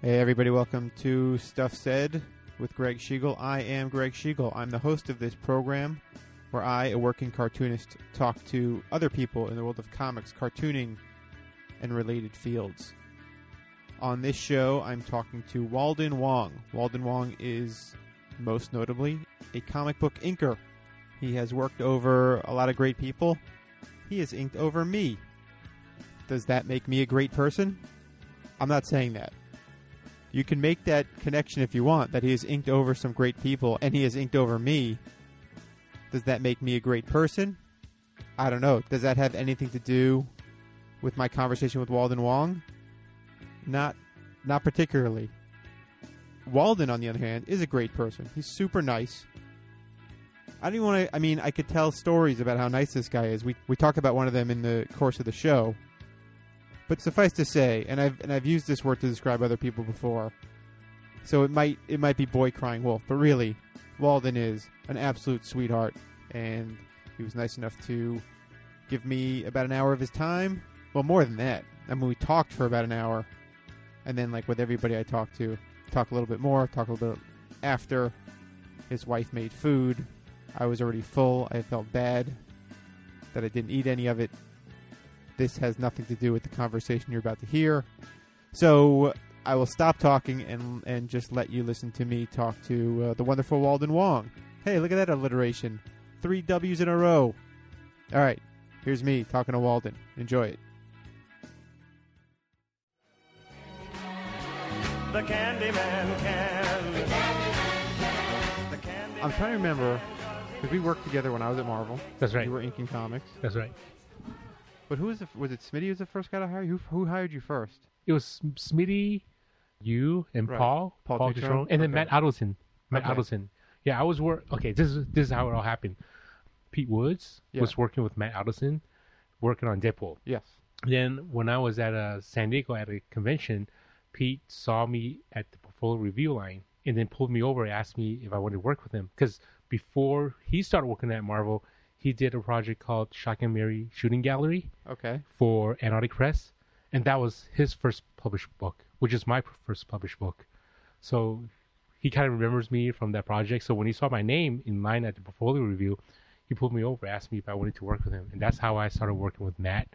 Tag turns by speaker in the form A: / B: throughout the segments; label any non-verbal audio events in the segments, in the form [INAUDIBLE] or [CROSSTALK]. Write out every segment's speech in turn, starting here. A: Hey, everybody, welcome to Stuff Said with Greg Schiegel. I am Greg Schiegel. I'm the host of this program where I, a working cartoonist, talk to other people in the world of comics, cartooning, and related fields. On this show, I'm talking to Walden Wong. Walden Wong is, most notably, a comic book inker. He has worked over a lot of great people. He has inked over me. Does that make me a great person? I'm not saying that. You can make that connection if you want, that he has inked over some great people and he has inked over me. Does that make me a great person? I don't know. Does that have anything to do with my conversation with Walden Wong? Not not particularly. Walden on the other hand is a great person. He's super nice. I don't even want to I mean I could tell stories about how nice this guy is. We we talk about one of them in the course of the show. But suffice to say, and I've and I've used this word to describe other people before, so it might it might be boy crying wolf, but really, Walden is an absolute sweetheart, and he was nice enough to give me about an hour of his time. Well, more than that. I mean, we talked for about an hour, and then like with everybody I talked to, talk a little bit more, talk a little bit after. His wife made food. I was already full. I felt bad that I didn't eat any of it this has nothing to do with the conversation you're about to hear. So I will stop talking and and just let you listen to me talk to uh, the wonderful Walden Wong. Hey, look at that alliteration. Three W's in a row. All right, here's me talking to Walden. Enjoy it.
B: The Candyman can. The Candyman
A: I'm trying to remember because we worked together when I was at Marvel.
C: That's right.
A: You were inking comics.
C: That's right.
A: But who was the, was it? Smitty was the first guy to hire you. Who, who hired you first?
C: It was Sm- Smitty, you, and
A: Right.
C: Paul,
A: Paul Ducharme?
C: Ducharme, and then
A: Okay.
C: Matt Adelson. Matt
A: Okay.
C: Adelson. Yeah, I was work. Okay, this is this is how it all happened. Pete Woods
A: Yeah.
C: was working with Matt Adelson, working on Deadpool.
A: Yes.
C: Then when I was at a San Diego at a convention, Pete saw me at the portfolio review line and then pulled me over and asked me if I wanted to work with him because before he started working at Marvel, he did a project called Shock and Mary Shooting Gallery
A: Okay.
C: for Antarctic Press, and that was his first published book, which is my p- first published book. So he kind of remembers me from that project. So when he saw my name in line at the portfolio review, he pulled me over, asked me if I wanted to work with him, and that's how I started working with Matt,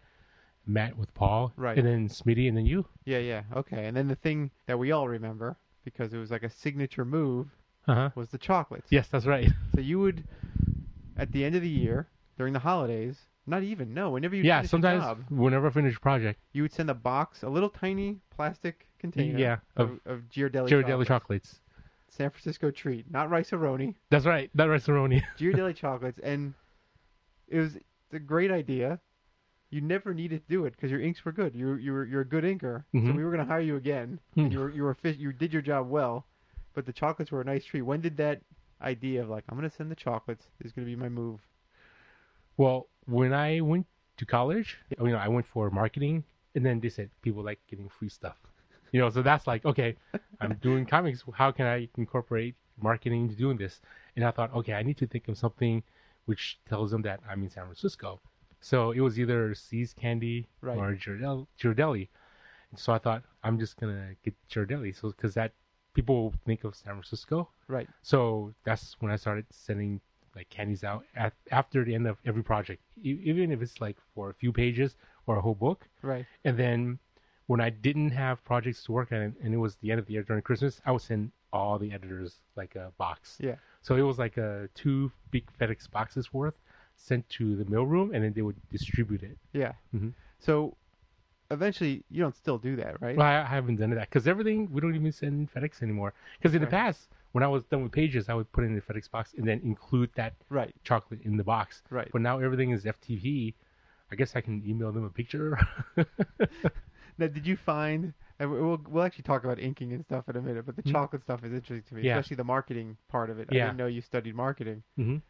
C: Matt with Paul,
A: Right.
C: and then Smitty, and then you.
A: Yeah. Yeah. Okay. And then the thing that we all remember because it was like a signature move
C: Uh huh.
A: was the chocolates.
C: Yes, that's right.
A: So you would, at the end of the year, during the holidays, not even no, whenever you
C: yeah,
A: finish a
C: sometimes
A: job,
C: whenever I finish a project,
A: you would send a box, a little tiny plastic container,
C: Yeah,
A: of,
C: of
A: of Ghirardelli,
C: Ghirardelli
A: chocolates.
C: chocolates.
A: San Francisco treat, not rice-a-roni,
C: That's right. That restaurant.
A: Ghirardelli
C: [LAUGHS]
A: chocolates, and it was it's a great idea. You never needed to do it because your inks were good. You you were you're a good inker, so
C: Mhm.
A: we were going to hire you again.
C: Hmm.
A: You were you were effi- you did your job well, but the chocolates were a nice treat. When did that idea of like I'm going to send the chocolates is going to be my move?
C: Well, when I went to college, you know, I went for marketing, and then they said people like getting free stuff. You know, so that's like, okay, I'm doing comics. How can I incorporate marketing into doing this? And I thought, okay, I need to think of something which tells them that I'm in San Francisco. So it was either Seas Candy
A: Right.
C: or Ghirardelli. Ghirardelli. So I thought, I'm just going to get Ghirardelli. So, because that people think of San Francisco.
A: Right.
C: So that's when I started sending like candies out at, after the end of every project, e- even if it's like for a few pages or a whole book.
A: Right.
C: And then when I didn't have projects to work on, and it was the end of the year during Christmas, I would send all the editors like a box.
A: Yeah.
C: So it was like a two big FedEx boxes worth sent to the mailroom, and then they would distribute it.
A: Yeah.
C: Mhm.
A: So eventually, you don't still do that, right?
C: Well, I I haven't done that because everything we don't even send FedEx anymore. Because in
A: Right.
C: the past, when I was done with pages, I would put it in the FedEx box and then include that
A: Right.
C: chocolate in the box.
A: Right.
C: But now everything is FTP. I guess I can email them a picture. [LAUGHS]
A: Now, did you find? And we- we'll we'll actually talk about inking and stuff in a minute, but the
C: Mm.
A: chocolate stuff is interesting to me,
C: Yeah.
A: especially the marketing part of it. I
C: Yeah.
A: didn't know you studied marketing.
C: Mhm.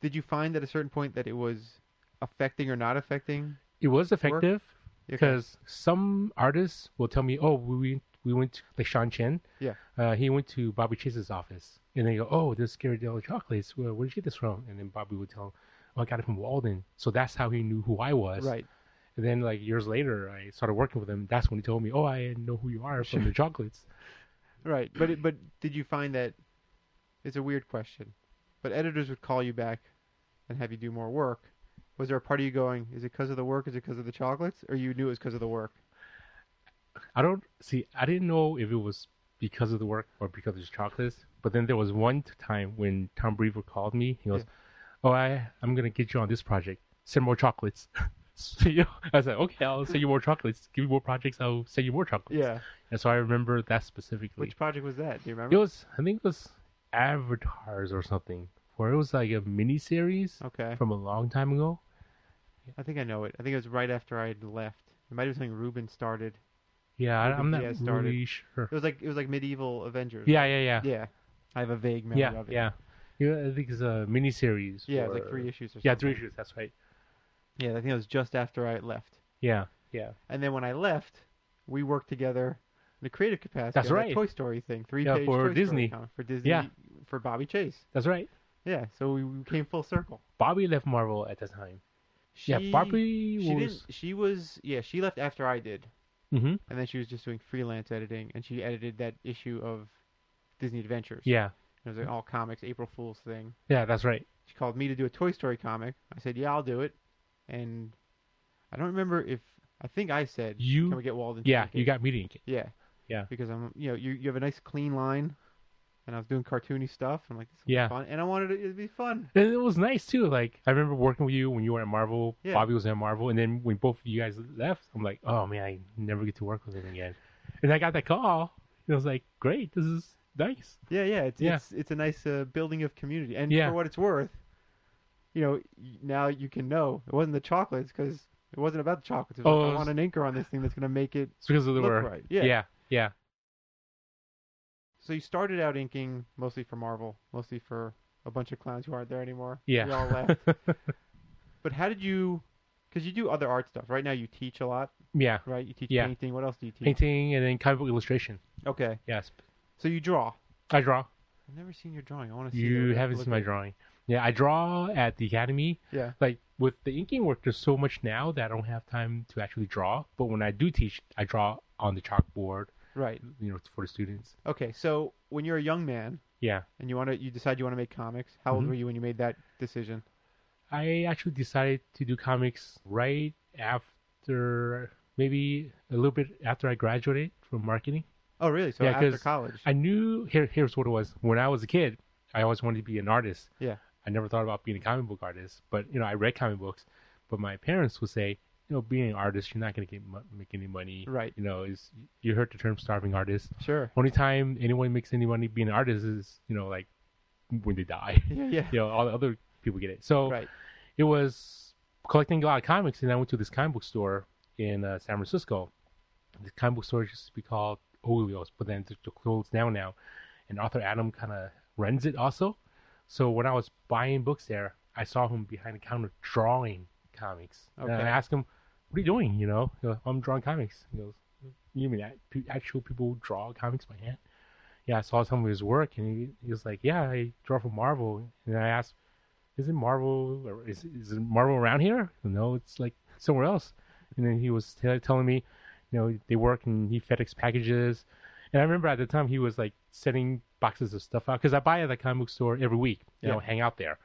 A: Did you find at a certain point that it was affecting or not affecting?
C: It was effective
A: your-
C: because some artists will tell me, "Oh, we we went to, like Sean Chen.
A: Yeah.
C: uh, he went to Bobby Chase's office, and they go, "Oh, this Ghirardelli chocolates. Where, where did you get this from?" And then Bobby would tell, him, "Oh, I got it from Walden." So that's how he knew who I was.
A: right,
C: And then like years later, I started working with him. That's when he told me, "Oh, I know who you are
A: [LAUGHS]
C: from the chocolates."
A: Right, but it, but did you find that? It's a weird question, but editors would call you back and have you do more work. Was there a part of you going, "Is it because of the work? Is it because of the chocolates?" Or you knew it was because of the work?
C: I don't see. I didn't know if it was because of the work or because of the chocolates. But then there was one time when Tom Brevoort called me. He goes, "Oh, I I'm gonna get you on this project. Send more chocolates." [LAUGHS] so, you know, I was like, "Okay, I'll send you more chocolates. Give me more projects. I'll send you more chocolates."
A: Yeah.
C: And so I remember that specifically.
A: Which project was that? Do you
C: it
A: remember?
C: was, I think it was Avatars or something, where it was like a mini series
A: Okay,
C: from a long time ago.
A: I think I know it. I think it was right after I had left. It might have been something Ruben started.
C: Yeah, I,
A: Maybe
C: I'm not
A: Diaz started.
C: really sure.
A: It was like it was like medieval Avengers.
C: Yeah, yeah, yeah,
A: Yeah. I have a vague memory
C: yeah,
A: of it.
C: yeah. Yeah, I think it's a mini series.
A: Yeah, it was like three issues or something.
C: Yeah, three issues. That's right.
A: Yeah, I think it was just after I left.
C: Yeah, yeah.
A: And then when I left, we worked together in a creative capacity.
C: That's
A: on that
C: right.
A: Toy Story thing. Three
C: Yeah,
A: page
C: for
A: Toy Story
C: Disney.
A: comic, for Disney.
C: Yeah.
A: For Bobby Chase.
C: That's right.
A: Yeah. So we, we came full circle.
C: Bobby left Marvel at that time.
A: She,
C: yeah, Bobby
A: She
C: was.
A: didn't. She was. Yeah. She left after I did,
C: hmm
A: and then she was just doing freelance editing, and she edited that issue of Disney Adventures.
C: Yeah,
A: It was an all comics April Fool's thing.
C: yeah. That's right.
A: She called me to do a Toy Story comic. I said, "Yeah, I'll do it." And I don't remember if I think I said,
C: You-
A: "Can we get Walden?"
C: Yeah,
A: syndicated?
C: you got meeting.
A: yeah,
C: Yeah.
A: Because I'm, you know, you, you have a nice clean line, and I was doing cartoony stuff. I'm like, this is
C: Yeah.
A: fun, and I wanted it to be fun.
C: And it was nice too. Like I remember working with you when you were at Marvel.
A: Yeah.
C: Bobby was at Marvel, and then when both of you guys left, I'm like, oh man, I never get to work with him again. And I got that call, and I was like, great, this is nice.
A: Yeah, yeah. It's
C: Yeah.
A: it's it's a nice uh, building of community, and
C: Yeah.
A: for what it's worth, you know, y- now you can know it wasn't the chocolates because it wasn't about the chocolates. It was
C: Oh,
A: like,
C: it
A: I
C: was-
A: want an anchor on this thing that's gonna make it
C: It's because of the
A: look
C: work.
A: right.
C: Yeah.
A: Yeah.
C: yeah,
A: So you started out inking mostly for Marvel, mostly for a bunch of clowns who aren't there anymore.
C: Yeah. [LAUGHS]
A: We all left. but how did you? Because you do other art stuff. Right now you teach a lot,
C: yeah.
A: right? You teach
C: Yeah.
A: painting. What else do you teach?
C: Painting and then comic book illustration.
A: Okay.
C: Yes,
A: So you draw.
C: I draw.
A: I've never seen your drawing. I want to see.
C: You
A: that.
C: haven't
A: Look
C: seen my
A: at-
C: drawing. Yeah, I draw at the academy.
A: Yeah.
C: Like with the inking work, there's so much now that I don't have time to actually draw. But when I do teach, I draw on the chalkboard.
A: Right.
C: You know, for the students.
A: Okay. So when you're a young man
C: Yeah.
A: and you want to, you decide you want to make comics. How old
C: Mhm.
A: were you when you made that decision?
C: I actually decided to do comics right after maybe a little bit after I graduated from marketing.
A: Oh, really? So
C: Yeah,
A: after
C: 'cause
A: college.
C: I knew here here's what it was. When I was a kid, I always wanted to be an artist.
A: Yeah.
C: I never thought about being a comic book artist, but you know, I read comic books, but my parents would say, you know, being an artist, you're not going to get mo- make any money.
A: Right.
C: You know, is you heard the term starving artist.
A: Sure.
C: Only time anyone makes any money being an artist is, you know, like when they die.
A: Yeah. Yeah.
C: [LAUGHS] you know, all the other people get it. So
A: Right.
C: it was collecting a lot of comics, and I went to this comic book store in uh, San Francisco. The comic book store used to be called Olio's, but then they're they're closed down now. And Arthur Adam kind of runs it also. So when I was buying books there, I saw him behind the counter drawing comics.
A: Okay.
C: And I asked him, "What are you doing?" You know, He goes, "I'm drawing comics." He goes, "You mean act- pe- actual people draw comics by hand?" Yeah, I saw some of his work, and he, he was like, "Yeah, I draw for Marvel." And I asked isn't Marvel or is is Marvel around here? No, it's like somewhere else. And then he was t- telling me, you know, they work and he FedEx packages. And I remember at the time he was like sending boxes of stuff out because I buy at the comic book store every week. You know,
A: Yeah.
C: hang out there,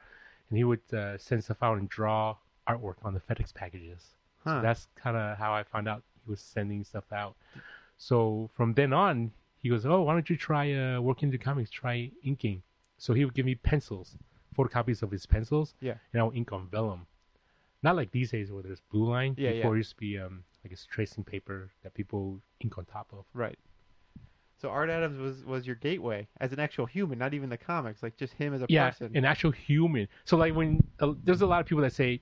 C: and he would uh, send stuff out and draw artwork on the FedEx packages.
A: Huh.
C: So that's kind of how I found out he was sending stuff out. So from then on, he goes, "Oh, why don't you try uh, working the comics? Try inking." So he would give me pencils, photocopies of his pencils,
A: Yeah.
C: and I would ink on vellum. Not like these days where there's blue line.
A: Yeah, yeah.
C: Before it used to be um, like it's tracing paper that people ink on top of.
A: Right. So Art Adams was was your gateway as an actual human, not even the comics, like just him as a
C: Yeah,
A: person.
C: an actual human. So like when uh, there's a lot of people that say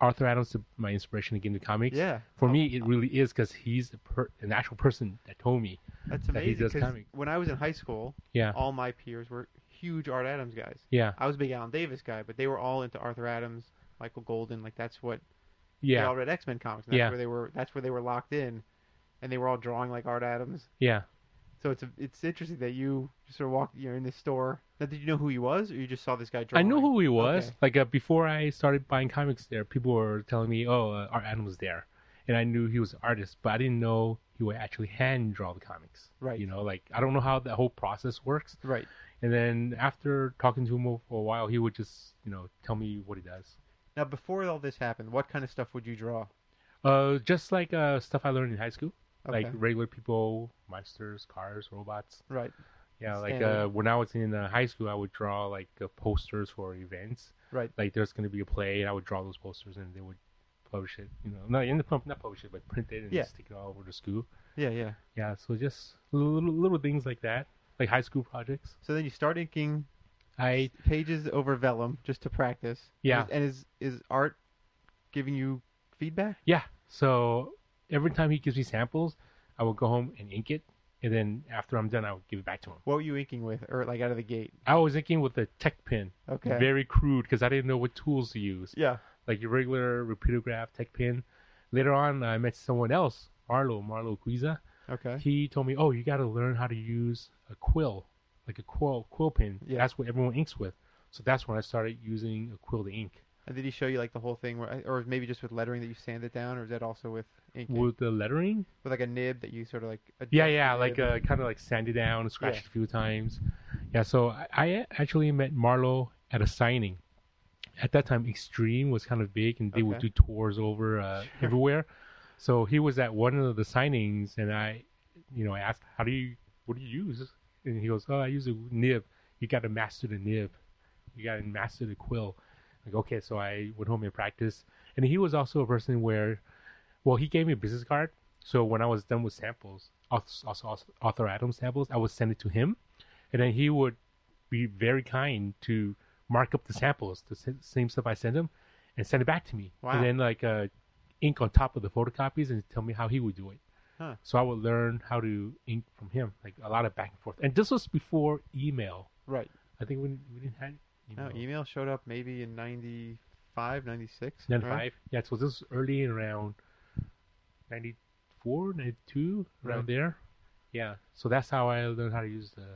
C: Arthur Adams is my inspiration to get into comics.
A: Yeah.
C: For me, it really is because he's a per- an actual person that told me.
A: That's
C: that he
A: amazing.
C: does
A: 'cause
C: comic.
A: when I was in high school,
C: Yeah.
A: all my peers were huge Art Adams guys.
C: Yeah.
A: I was a big Alan Davis guy, but they were all into Arthur Adams, Michael Golden. Like that's what they
C: Yeah.
A: all read X Men comics. And that's
C: Yeah.
A: where they were. That's where they were locked in, and they were all drawing like Art Adams.
C: Yeah.
A: So it's a, it's interesting that you just sort of walked. You're in this store. Now, did you know who he was, or you just saw this guy
C: I
A: drawing?
C: knew who he was.
A: Okay.
C: Like uh, before I started buying comics there, people were telling me, "Oh, uh, Art Adam was there," and I knew he was an artist, but I didn't know he would actually hand draw the comics.
A: Right.
C: You know, like I don't know how that whole process works.
A: Right.
C: And then after talking to him for a while, he would just you know tell me what he does.
A: Now, before all this happened, what kind of stuff would you draw?
C: Uh, just like uh stuff I learned in high school,
A: Okay.
C: like regular people, monsters, cars, robots.
A: right,
C: Yeah, like
A: Standard.
C: uh, when I was in uh, high school, I would draw like uh, posters for events.
A: right,
C: Like there's going to be a play, and I would draw those posters, and they would publish it. You know, not in the pub- not publish it, but print it and
A: Yeah.
C: stick it all over the school.
A: yeah, yeah.
C: Yeah, so just little, little things like that, like high school projects.
A: So then you start inking
C: I
A: pages over vellum just to practice.
C: Yeah.
A: and is is art giving you feedback?
C: yeah, so every time he gives me samples, I will go home and ink it, and then after I'm done, I will give it back to him.
A: What were you inking with, or like out of the gate?
C: I was inking with a tech pen,
A: Okay.
C: very crude because I didn't know what tools to use.
A: Yeah.
C: like your regular repeatograph tech pin. Later on, I met someone else, Marlo, Marlo Guiza.
A: Okay.
C: He told me, "Oh, you got to learn how to use a quill, like a quill quill pen.
A: Yeah.
C: That's what everyone inks with." So that's when I started using a quill to ink
A: And did he show you like the whole thing, where, or maybe just with lettering that you sand it down, or is that also with inking?
C: with the lettering.
A: with like a nib that you sort of like.
C: Yeah,
A: adjust
C: yeah,
A: the
C: like
A: nib?
C: uh, kind of like sanded down, scratched a few times. Yeah, so I, I actually met Marlo at a signing. At that time, Extreme was kind of big, and they would
A: Okay.
C: do tours over uh, everywhere. So he was at one of the signings, and I, you know, I asked, "How do you? What do you use?" And he goes, "Oh, I use a nib. You got to master the nib. You got to master the quill." Like, okay, so I went home and practiced. And he was also a person where, well, he gave me a business card. So when I was done with samples, also, also author Adam samples, I would send it to him, and then he would be very kind to mark up the samples, the sa- same stuff I sent him, and send it back to me.
A: Wow.
C: And then like uh, ink on top of the photocopies and tell me how he would do it.
A: Huh.
C: So I would learn how to ink from him, like a lot of back and forth. And this was before email.
A: right.
C: I think we, we didn't have
A: No, email showed up maybe in 95, 96.
C: Then
A: right?
C: five. Yeah, so this is early in around 94, 92, around
A: Right.
C: there. Yeah. So that's how I learned how to use the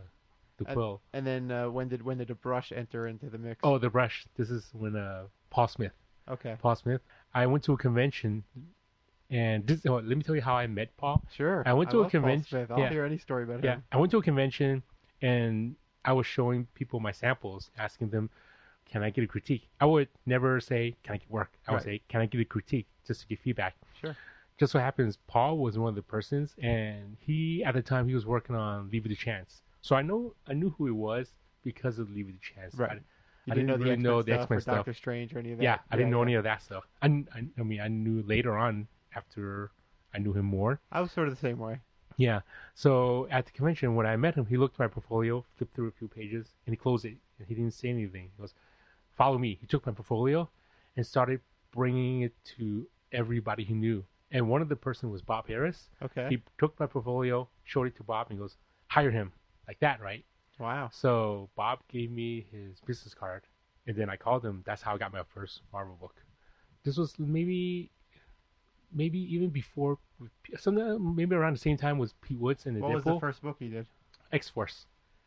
C: the
A: Uh,
C: quill.
A: And then uh, when did when did a brush enter into the mix?
C: Oh, the brush. This is when uh Paul Smith.
A: okay.
C: Paul Smith. I went to a convention and this, oh, let me tell you how I met Paul.
A: Sure.
C: I went to a
A: love Paul
C: convention-
A: Smith. I'll
C: yeah.
A: hear any story about
C: Yeah,
A: him.
C: I went to a convention and I was showing people my samples, asking them, "Can I get a critique?" I would never say, "Can I get work?" I would
A: Right.
C: say, "Can I get a critique?" just to get feedback.
A: Sure.
C: Just so happens, Paul was one of the persons, and he at the time he was working on "Leave It to Chance," so I know I knew who he was because of "Leave It to Chance."
A: Right.
C: I,
A: You
C: I didn't really
A: X-Men
C: know the
A: stuff
C: X-Men
A: or
C: stuff.
A: Doctor Strange or any of that.
C: yeah, I didn't know any of that stuff. I, kn- I, I mean, I knew later on after I knew him more.
A: I was sort of the same way.
C: Yeah. So at the convention, when I met him, he looked at my portfolio, flipped through a few pages, and he closed it. And he didn't say anything. He goes, "Follow me." He took my portfolio and started bringing it to everybody he knew. And one of the person was Bob Harris.
A: Okay.
C: He took my portfolio, showed it to Bob, and he goes, "Hire him." Like that, right?
A: Wow.
C: So Bob gave me his business card, and then I called him. That's how I got my first Marvel book. This was maybe, maybe even before, sometime maybe around the same time was Pete Woods and the
A: What was the
C: Deadpool
A: first book you did?
C: X Force.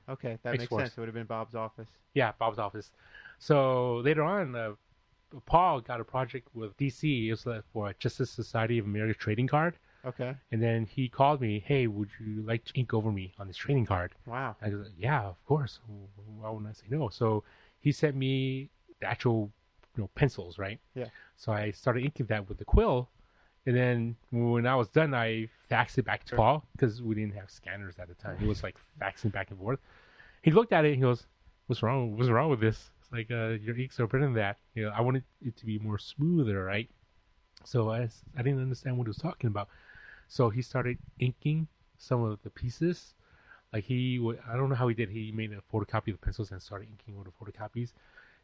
A: Okay, that makes
C: X-Force.
A: sense. It would have been Bob's office.
C: Yeah, Bob's office. So later on, uh, Paul got a project with DC. It was uh, for a Justice Society of America trading card,
A: Okay.
C: and then he called me. Hey, would you like to ink over me on this trading card?
A: Wow.
C: I was like, yeah, of course. Why wouldn't I say no? So he sent me the actual, you know, pencils, right?
A: Yeah.
C: So I started inking that with the quill, and then when I was done, I faxed it back to Paul because we didn't have scanners at the time. It was like faxing back and forth. He looked at it and he goes, "What's wrong? What's wrong with this? It's like uh, your inks are better than that. You know, I wanted it to be more smoother, right?" So I, s- I didn't understand what he was talking about. So he started inking some of the pieces. Like he would, I don't know how he did. He made a photocopy of the pencils and started inking all the photocopies.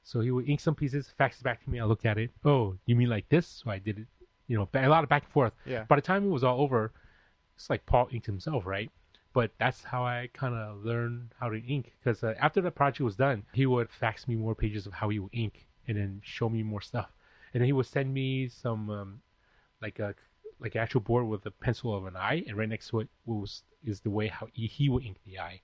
C: So he would ink some pieces, fax it back to me. I looked at it. Oh, you mean like this? So I did it. You know, ba- a lot of back and forth.
A: Yeah.
C: By the time it was all over, it's like Paul inked himself, right? But that's how I kind of learned how to ink. Because uh, after the project was done, he would fax me more pages of how he would ink, and then show me more stuff. And then he would send me some um, like a like an actual board with a pencil of an eye, and right next to it was is the way how he, he would ink the eye.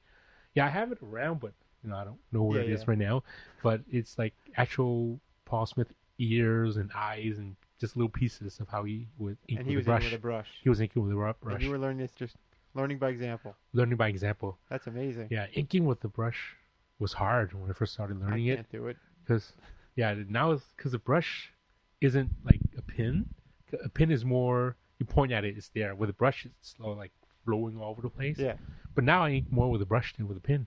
C: Yeah, I have it around, but you know I don't know where
A: Yeah,
C: it is
A: yeah.
C: right now. But it's like actual Paul Smith ears and eyes and just little pieces of how he would
A: and
C: ink with
A: he
C: a
A: was in
C: brush.
A: with a brush.
C: He was inking with a ru-
A: And
C: brush.
A: you were learning this just learning by example.
C: Learning by example.
A: That's amazing.
C: Yeah, inking with the brush was hard when I first started
A: I
C: learning it.
A: can't do it.
C: because yeah now it's because the brush isn't like a pin a pin is more you point at it it's there with a brush it's slow, like flowing all over the place
A: Yeah.
C: but now i ink more with a brush than with a pin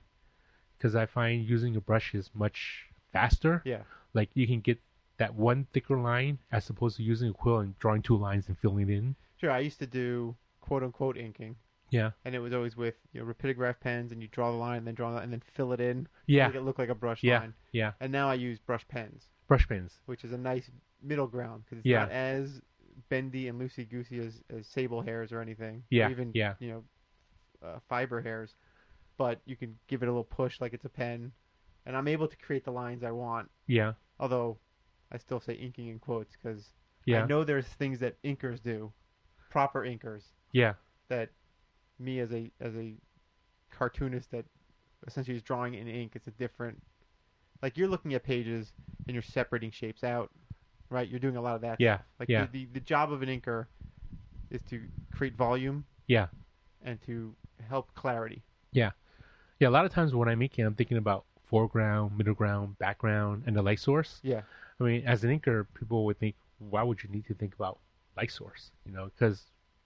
C: because i find using a brush is much faster
A: Yeah.
C: like you can get that one thicker line as opposed to using a quill and drawing two lines and filling it in
A: Sure. I used to do quote unquote inking,
C: yeah
A: and it was always with you know rapidograph pens, and you draw the line, and then draw that, and then fill it in.
C: Yeah.
A: Make it look like a brush
C: yeah
A: line.
C: yeah
A: And now I use brush pens,
C: brush pins
A: which is a nice middle ground because it's
C: Yeah.
A: not as bendy and loosey goosey as, as sable hairs or anything.
C: Yeah,
A: Or even
C: yeah.
A: you know uh, fiber hairs, but you can give it a little push like it's a pen, and I'm able to create the lines I want.
C: yeah
A: Although I still say inking in quotes because
C: yeah
A: I know there's things that inkers do, proper inkers
C: yeah
A: that me as a as a cartoonist that essentially is drawing in ink. It's a different. Like you're looking at pages and you're separating shapes out, right? You're doing a lot of that.
C: Yeah,
A: stuff. Like
C: yeah.
A: The, the the job of an inker is to create volume
C: yeah
A: and to help clarity.
C: yeah a lot of times when i'm inking i'm thinking about foreground middle ground background and the light source
A: Yeah.
C: I mean, as an inker, people would think, why would you need to think about light source? You know, because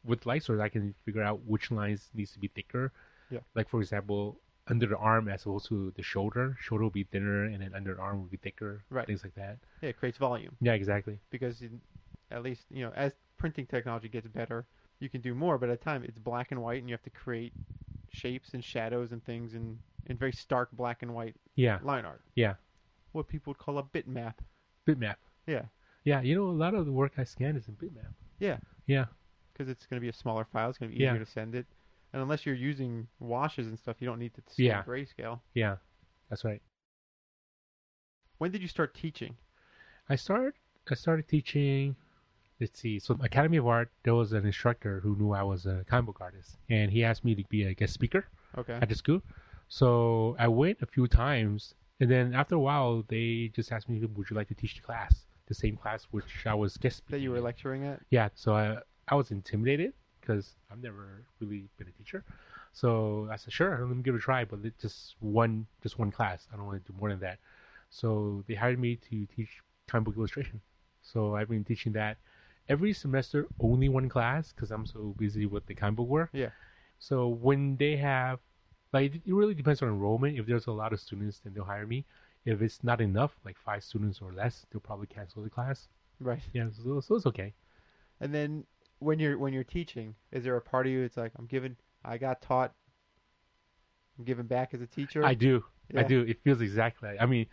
C: with light source, I can figure out which lines needs to be thicker.
A: Yeah.
C: Like for example, under the arm as opposed to the shoulder. Shoulder will be thinner, and then under arm will be thicker.
A: Right.
C: Things like that.
A: Yeah, it creates volume
C: Yeah, exactly.
A: because in, at least you know as printing technology gets better, you can do more. But at the time, it's black and white, and you have to create shapes and shadows and things in in very stark black and white
C: Yeah,
A: line art.
C: yeah.
A: What people would call a bitmap.
C: Bitmap.
A: Yeah,
C: Yeah, you know, a lot of the work I scan is in bitmap.
A: Yeah.
C: Yeah.
A: because it's going to be a smaller file. It's going to be easier
C: Yeah.
A: to send it. And unless you're using washes and stuff, you don't need to see
C: Yeah.
A: grayscale.
C: Yeah. That's right.
A: When did you start teaching?
C: I started I started teaching let's see, so Academy of Art, there was an instructor who knew I was a comic book artist and he asked me to be a guest speaker
A: Okay.
C: at the school. So I went a few times and then after a while they just asked me would you like to teach the class? The same class which I was guest
A: That
C: speaking.
A: you were
C: in.
A: lecturing at?
C: Yeah, so I I was intimidated because I've never really been a teacher. So I said, sure, let me give it a try, but it just one just one class. I don't want to do more than that. So they hired me to teach comic book illustration. So I've been teaching that every semester, only one class because I'm so busy with the comic book work.
A: Yeah.
C: So when they have, like, it really depends on enrollment. If there's a lot of students, then they'll hire me. If it's not enough, like five students or less, they'll probably cancel the class.
A: Right.
C: Yeah, so, so it's okay.
A: And then when you're when you're teaching, is there a part of you that's like, I'm giving, I got taught, I'm giving back as a teacher?
C: I do. I
A: Yeah.
C: do. It feels exactly. Like, I mean,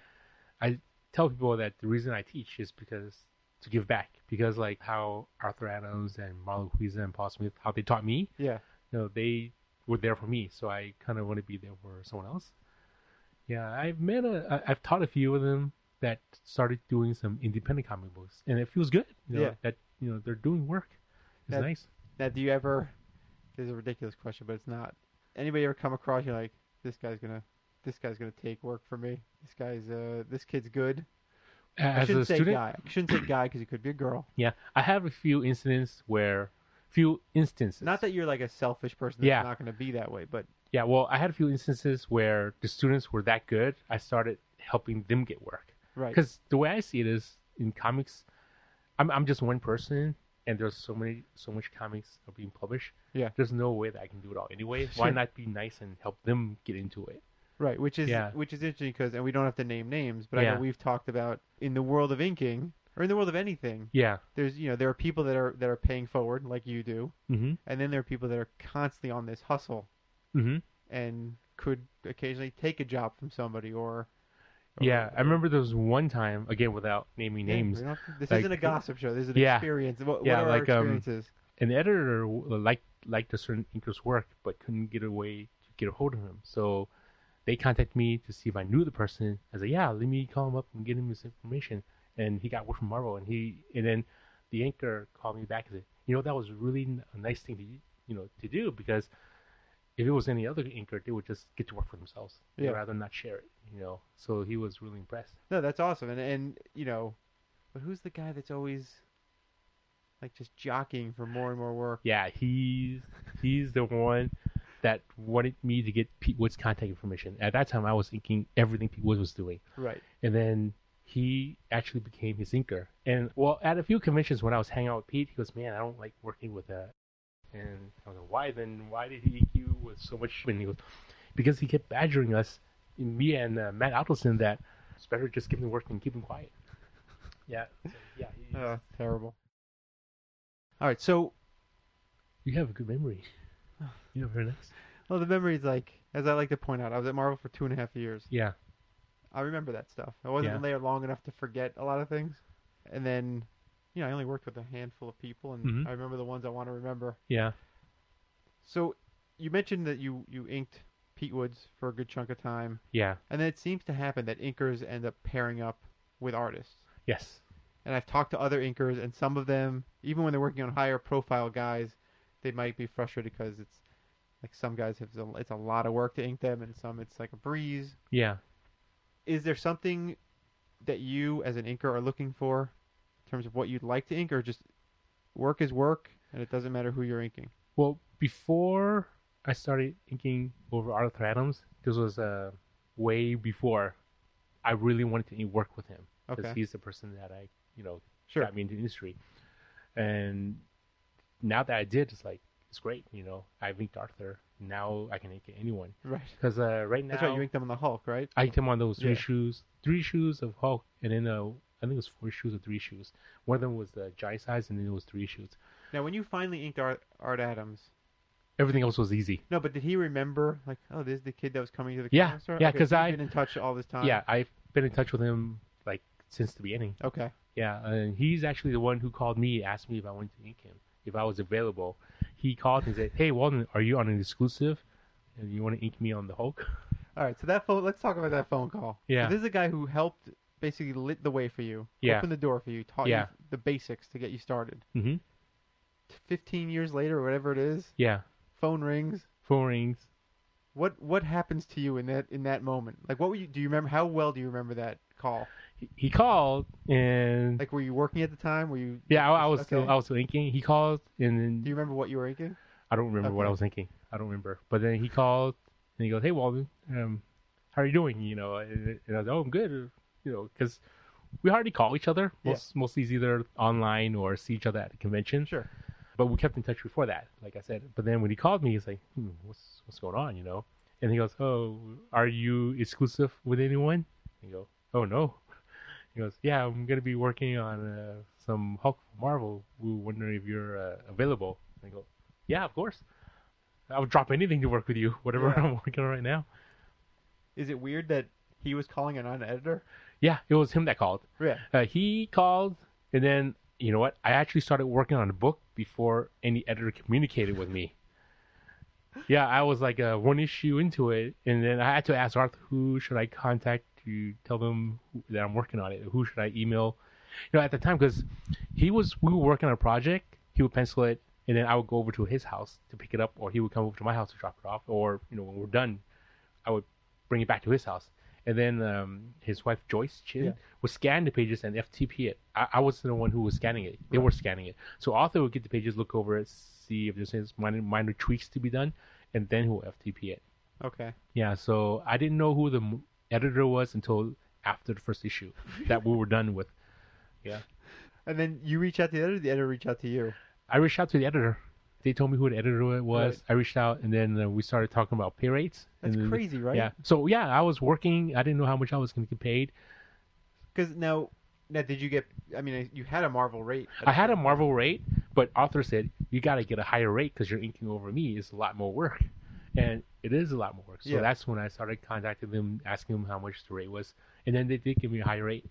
C: I tell people that the reason I teach is because to give back. Because like how Arthur Adams and Marlon Huiza and Paul Smith, how they taught me,
A: Yeah.
C: you know, they were there for me. So I kind of want to be there for someone else. Yeah, I've met a. I- I've taught a few of them that started doing some independent comic books, and it feels good. You know,
A: Yeah.
C: That you know they're doing work. It's
A: That-
C: nice.
A: Now, do you ever, this is a ridiculous question, but it's not. Anybody ever come across you like, this guy's going to, this guy's going to take work from me. This guy's, uh, this kid's good. I
C: As
A: shouldn't
C: a
A: say
C: student,
A: guy. I shouldn't say guy because he could be a girl.
C: yeah, I have a few incidents where, few instances.
A: Not that you're like a selfish person that's
C: Yeah.
A: not going to be that way, but
C: Yeah, well, I had a few instances where the students were that good. I started helping them get work
A: right.
C: because the way I see it is in comics, I'm I'm just one person, and there's so many so much comics are being published.
A: Yeah.
C: there's no way that I can do it all [LAUGHS] anyway.
A: Sure.
C: Why not be nice and help them get into it?
A: Right, which is
C: Yeah.
A: which is interesting because and we don't have to name names, but I
C: Yeah.
A: know we've talked about in the world of inking or in the world of anything,
C: Yeah.
A: there's you know there are people that are that are paying forward like you do,
C: Mm-hmm.
A: and then there are people that are constantly on this hustle
C: Mm-hmm.
A: and could occasionally take a job from somebody or, or-
C: Yeah, I remember there was one time again without naming
A: Yeah, we
C: names.
A: don't have to- this
C: Like-
A: isn't a gossip show. This is an
C: Yeah.
A: experience. What,
C: Yeah,
A: what are
C: like,
A: our
C: um,
A: experiences?
C: an editor w- liked liked a certain inker's work, but couldn't get away to get a hold of him. So they contacted me to see if I knew the person. I said, "Yeah, let me call him up and get him this information." And he got work from Marvel, and he and then the anchor called me back and said, "You know, that was really n- a nice thing to you know to do because if it was any other anchor, they would just get to work for themselves.
A: Yeah.
C: They'd rather not share it, you know." So he was really impressed.
A: No, that's awesome, and and you know, but who's the guy that's always like just jockeying for more and more work.
C: Yeah, he's he's the one that wanted me to get Pete Wood's contact information. At that time, I was inking everything Pete Woods was doing,
A: Right.
C: and then he actually became his inker. And well, at a few conventions when I was hanging out with Pete, he goes, "Man, I don't like working with that." And I was like, "Why then? Why did he ink you with so much?" And he goes, "Because he kept badgering us, me and uh, Matt Adelson, that it's better just give him work and keep him quiet." [LAUGHS] yeah, so, yeah. he-
A: Uh, terrible. All right, so
C: You have a good memory. You know, very nice.
A: well, the memories like as I like to point out, I was at Marvel for two and a half years.
C: Yeah.
A: I remember that stuff. I wasn't
C: Yeah.
A: there long enough to forget a lot of things, and then you know I only worked with a handful of people, and
C: Mhm.
A: I remember the ones I want to remember.
C: Yeah.
A: So you mentioned that you you inked Pete Woods for a good chunk of time,
C: Yeah.
A: and then it seems to happen that inkers end up pairing up with artists.
C: Yes.
A: and I've talked to other inkers, and some of them, even when they're working on higher profile guys, they might be frustrated because it's like some guys have it's a lot of work to ink them, and some it's like a breeze.
C: Yeah.
A: Is there something that you as an inker are looking for in terms of what you'd like to ink, or just work is work, and it doesn't matter who you're inking?
C: Well, before I started inking over Arthur Adams, this was uh, way before I really wanted to work with him because
A: Okay,
C: he's the person that I, you know,
A: sure.
C: got me into the industry. And now that I did, it's like it's great. You know, I've inked Arthur. Now I can ink anyone
A: Right.
C: because uh, right now
A: That's right. You inked them on the Hulk, right?
C: I inked him on those three
A: Yeah.
C: shoes, three shoes of Hulk, and then uh, I think it was four shoes or three shoes. One of them was the giant size, and then it was three shoes.
A: Now, when you finally inked Art, Art Adams,
C: Everything else was easy.
A: no, but did he remember like, oh, this is the kid that was coming to the
C: Yeah,
A: comic store?
C: yeah,
A: Okay,
C: 'cause
A: so you've
C: I-
A: been in touch all this time.
C: yeah, I've been in touch with him like since the beginning.
A: Okay.
C: Yeah, and he's actually the one who called me, asked me if I wanted to ink him, if I was available. He called and said, "Hey, Walden, are you on an exclusive? And you want to ink me on the Hulk?" [LAUGHS]
A: All right, so that phone. Let's talk about that phone call.
C: Yeah.
A: So this is a guy who helped basically lit the way for you.
C: Yeah.
A: Opened the door for you. Taught
C: Yeah.
A: you the basics to get you started.
C: Mm-hmm.
A: Fifteen years later, or whatever it is,
C: Yeah,
A: phone rings.
C: four rings.
A: What what happens to you in that in that moment? Like, what were you? Do you remember? How well do you remember that call?
C: He, he called and
A: Like, were you working at the time? Were you?
C: yeah, I, I was still
A: Okay.
C: I was still inking. He called and then
A: Do you remember what you were inking?
C: I don't remember what I
A: Okay.
C: was thinking. I don't remember. But then he called and he goes, "Hey, Walden, um, how are you doing?" You know, and, and I was, "Oh, I'm good." You know, because we hardly call each other.
A: Yeah.
C: Most mostly it's either online or see each other at a convention.
A: Sure.
C: But we kept in touch before that, like I said. But then when he called me, he's like, hmm, "What's what's going on?" You know, and he goes, "Oh, are you exclusive with anyone?" I go, "Oh no." He goes, "Yeah, I'm gonna be working on uh, some Hulk for Marvel. We were wondering if you're uh, available." I go, "Yeah, of course. I would drop anything to work with you. Whatever
A: Yeah.
C: [LAUGHS] I'm working on right now."
A: Is it weird that he was calling and not an editor?
C: Yeah, it was him that called.
A: Yeah.
C: Uh, he called, and then you know what? I actually started working on a book before any editor communicated with me. Yeah, I was like uh, one issue into it, and then I had to ask Arthur, who should I contact to tell them who- that I'm working on it? Who should I email? You know, at the time, because he was, we were working on a project. He would pencil it, and then I would go over to his house to pick it up, or he would come over to my house to drop it off, or you know, when we're done, I would bring it back to his house. And then um, his wife Joyce Chin
A: Yeah.
C: would scan the pages and FTP it. I, I wasn't the one who was scanning it; they were scanning it. So Arthur would get the pages, look over it, see if there's any minor, minor tweaks to be done, and then he'll FTP it.
A: Okay.
C: Yeah. So I didn't know who the m- editor was until after the first issue
A: [LAUGHS]
C: that we were done with.
A: And then you reach out to the editor. The editor reach out to you.
C: I reached out to the editor. They told me who the editor was. I reached out, and then uh, we started talking about pay rates.
A: That's
C: and then-
A: crazy, right?
C: Yeah. So yeah, I was working. I didn't know how much I was going to get paid.
A: Because now, now did you get? I mean, you had a Marvel rate.
C: I had a Marvel rate, but Arthur said you got to get a higher rate because you're inking over me. It's a lot more work, and it is a lot more work. So
A: Yeah.
C: that's when I started contacting them, asking them how much the rate was, and then they did give me a higher rate.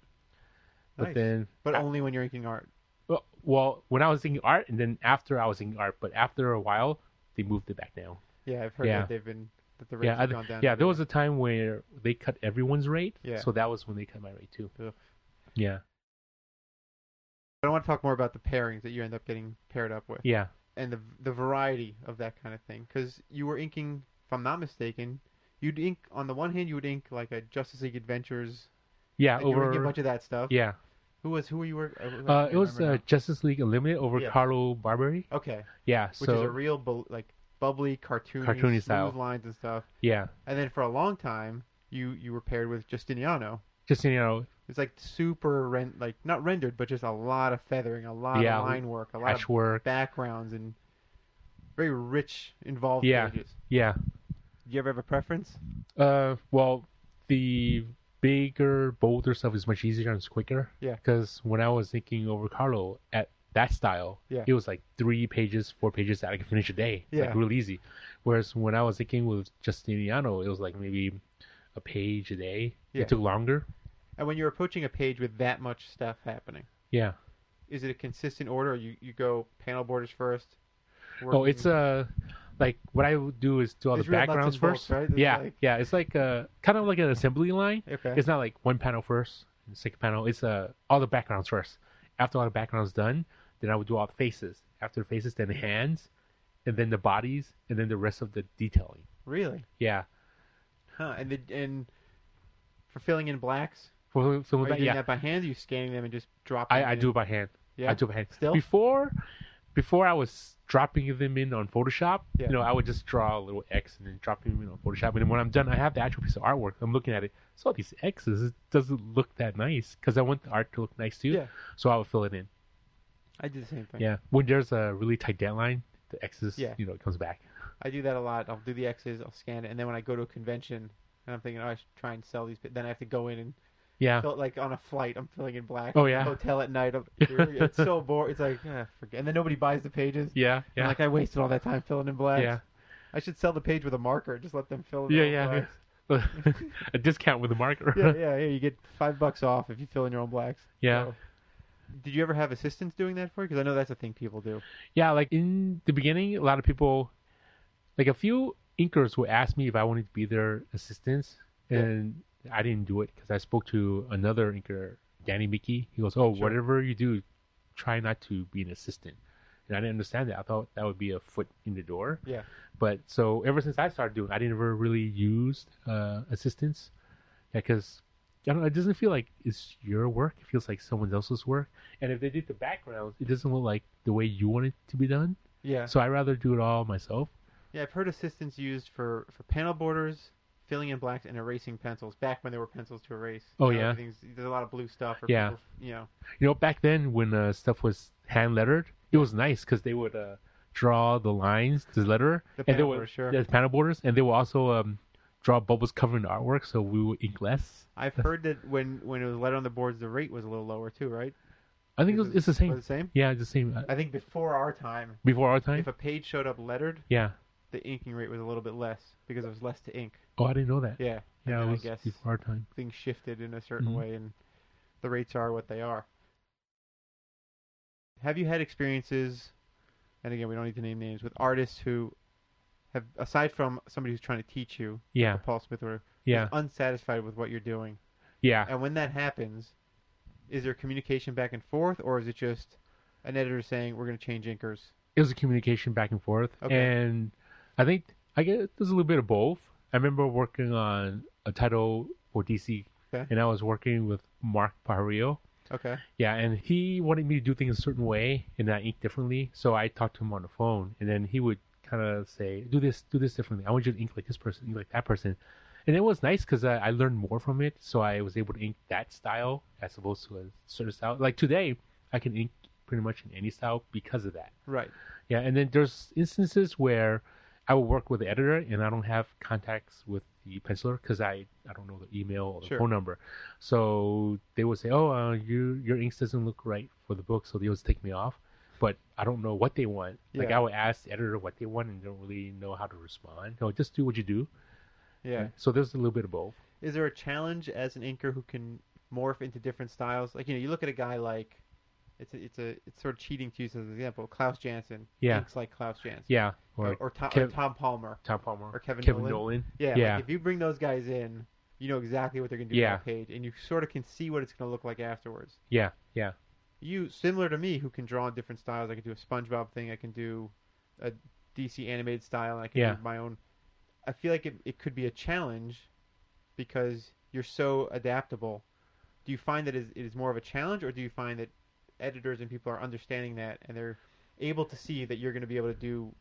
C: But
A: Nice.
C: then,
A: but
C: I-
A: only when you're inking art.
C: well- well, when I was inking art, and then after I was inking art, but after a while, they moved it back down.
A: Yeah, I've heard
C: Yeah.
A: that they've been that the rates
C: Yeah,
A: have
C: I-
A: gone down.
C: yeah. There was a time where they cut everyone's rate,
A: Yeah.
C: so that was when they cut my rate too.
A: Ugh.
C: Yeah,
A: But I want to talk more about the pairings that you end up getting paired up with,
C: yeah,
A: and the the variety of that kind of thing. Because you were inking, if I'm not mistaken, you'd ink on the one hand you would ink like a Justice League Adventures.
C: yeah.
A: and you were inking a
C: over,
A: bunch of that stuff.
C: yeah,
A: Who was who were you working?
C: Uh, it was uh, Justice League Unlimited over
A: Yeah.
C: Carlo Barberi.
A: okay,
C: Yeah,
A: which is a
C: so
A: real bu- like bubbly, cartoony,
C: Cartoony
A: smooth
C: style.
A: lines and stuff.
C: yeah,
A: And then for a long time, you you were paired with Justiniano.
C: just you know,
A: It's like super rent like not rendered, but just a lot of feathering, a lot
C: Yeah,
A: of line work, a lot of
C: patchwork.
A: backgrounds, and very rich involved
C: Yeah.
A: pages.
C: Yeah.
A: Do you ever have a preference?
C: Uh, well, the bigger, bolder stuff is much easier and it's quicker.
A: Yeah.
C: Because when I was thinking over Carlo at that style,
A: Yeah.
C: it was like three pages, four pages that I could finish a day. It's,
A: Yeah.
C: Like real easy. Whereas when I was thinking with Justiniano, it was like maybe a page a day.
A: Yeah.
C: It took longer.
A: And when you're approaching a page with that much stuff happening,
C: Yeah.
A: is it a consistent order? Or you you go panel borders first.
C: Oh, it's uh, like what I would do is do all
A: It's
C: the
A: real nuts
C: backgrounds
A: and bolts,
C: first.
A: right? It's
C: yeah,
A: like-
C: yeah. It's like uh, kind of like an assembly line.
A: okay.
C: It's not like one panel first, and second panel. It's uh, all the backgrounds first. After all the backgrounds done, then I would do all the faces. After the faces, then the hands, and then the bodies, and then the rest of the detailing.
A: really,
C: Yeah,
A: huh? And the and for filling in blacks,
C: for some
A: are
C: of
A: you
C: that,
A: doing
C: yeah,
A: that by hand? Or you scanning them and just dropping.
C: I,
A: them
C: I
A: in?
C: do it by hand.
A: Yeah.
C: I do it by hand.
A: Still?
C: before, before I was dropping them in on Photoshop.
A: Yeah.
C: You know, I would just draw a little X and then drop them in on Photoshop. And then when I'm done, I have the actual piece of artwork. I'm looking at it. So all these X's it doesn't look that nice because I want the art to look nice too.
A: Yeah.
C: So I would fill it in.
A: I do the same thing.
C: Yeah, when there's a really tight deadline, the X's,
A: Yeah.
C: you know, it comes back.
A: I do that a lot. I'll do the X's, I'll scan it, and then when I go to a convention and I'm thinking, oh, I should try and sell these, but then I have to go in and
C: Yeah,
A: fill, like on a flight, I'm filling in black.
C: Oh, yeah.
A: Hotel at night,
C: [LAUGHS]
A: I'm, it's so boring. It's like, ah, forget. And then nobody buys the pages.
C: yeah,
A: I'm
C: yeah, [LAUGHS]
A: like I wasted all that time filling in blacks.
C: yeah,
A: I should sell the page with a marker. Just let them fill in.
C: yeah,
A: their own
C: yeah.
A: blacks.
C: a discount with a marker.
A: [LAUGHS] yeah, yeah, yeah. You get five bucks off if you fill in your own blacks.
C: Yeah.
A: So, did you ever have assistants doing that for you? Because I know that's a thing people do.
C: [LAUGHS] Yeah, like in the beginning, a lot of people, like a few inkers would ask me if I wanted to be their assistants,
A: Yeah.
C: and I didn't do it because I spoke to another inker, Danny Mickey. He goes, "Oh,
A: Sure.
C: whatever you do, try not to be an assistant." And I didn't understand that. I thought that would be a foot in the door.
A: Yeah.
C: But so ever since I started doing, it, I didn't ever really use uh, assistants because I don't know. It doesn't feel like it's your work. It feels like someone else's work. And if they did the backgrounds, it doesn't look like the way you want it to be done.
A: Yeah.
C: So I rather do it all myself.
A: Yeah, I've heard assistants used for, for panel borders, filling in blacks, and erasing pencils. Back when there were pencils to erase.
C: Oh,
A: Now
C: yeah.
A: everything's- there's a lot of blue stuff. Or
C: Yeah.
A: people, you know.
C: You know, back then when uh, stuff was hand lettered, it was nice because they would uh, draw the lines, the letter,
A: The
C: and they
A: panel
C: would
A: borders, sure.
C: the panel borders, and they would also um, draw bubbles covering the artwork, so we would ink less.
A: I've heard that when when it was letter on the boards, the rate was a little lower too, right?
C: I think it was, it's the
A: Was
C: same.
A: it the same?
C: Yeah, it's the same. Uh,
A: I think before our time,
C: before our time.
A: if a page showed up lettered,
C: Yeah.
A: the inking rate was a little bit less because there was less to ink.
C: Oh, I didn't know that.
A: Yeah. And
C: Yeah,
A: then
C: it was
A: I guess
C: before our time.
A: things shifted in a certain
C: Mhm.
A: way, and the rates are what they are. Have you had experiences? And again, we don't need to name names with artists who have, aside from somebody who's trying to teach you,
C: Yeah,
A: Paul Smith, or
C: yeah,
A: unsatisfied with what you're doing.
C: yeah.
A: And when that happens, is there communication back and forth, or is it just an editor saying we're going to change inkers?
C: It was a communication back and forth,
A: Okay.
C: and I think I guess there's a little bit of both. I remember working on a title for DC,
A: Okay.
C: and I was working with Mark Pario.
A: Okay,
C: Yeah, and he wanted me to do things a certain way, and I ink differently. So I talked to him on the phone, and then he would kind of say, "Do this, do this differently. I want you to ink like this person, ink like that person." And it was nice because I, I learned more from it, so I was able to ink that style as opposed to a certain style. Like today, I can ink pretty much in any style because of that.
A: right.
C: Yeah, and then there's instances where I will work with the editor and I don't have contacts with the penciler because I, I don't know the email or the
A: Sure.
C: phone number. So they would say, oh, uh, you, your inks doesn't look right for the book, so they always take me off. But I don't know what they want. Like
A: Yeah.
C: I would ask the editor what they want and don't really know how to respond. No, just do what you do.
A: Yeah.
C: So there's a little bit of both.
A: Is there a challenge as an inker who can morph into different styles? Like you know, you look at a guy like it's a, it's a it's sort of cheating to use as an example. Klaus Janson
C: Yeah.
A: inks like Klaus Janson,
C: Yeah.
A: or
C: Or,
A: or, Tom, or
C: Kev-
A: Tom Palmer,
C: Tom Palmer.
A: or Kevin
C: Kevin
A: Nolan.
C: Nolan.
A: yeah.
C: Yeah.
A: Like if you bring those guys in, you know exactly what they're going to do
C: Yeah.
A: on that page, and you sort of can see what it's going to look like afterwards.
C: Yeah. Yeah.
A: You similar to me, who can draw in different styles. I can do a SpongeBob thing. I can do a DC animated style. And I can
C: Yeah.
A: do my own. I feel like it, it could be a challenge because you're so adaptable do you find that is it is more of a challenge, or do you find that editors and people are understanding that and they're able to see that you're going to be able to do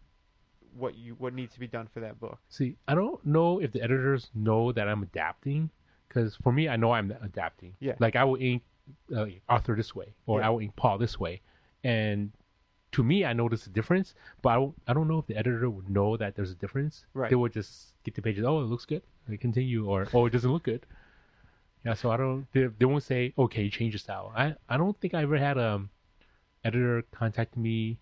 A: what you what needs to be done for that book?
C: See, I don't know if the editors know that I'm adapting, because for me, I know I'm adapting.
A: Yeah.
C: Like I will ink uh, Arthur this way, or
A: Yeah.
C: I will ink Paul this way, and to me, I notice a difference. But I don't, I don't know if the editor would know that there's a difference.
A: Right.
C: They would just get the pages. Oh, it looks good. They continue, or oh, it doesn't look good. Yeah. So I don't. They, they won't say okay, change the style. I I don't think I ever had um editor contact me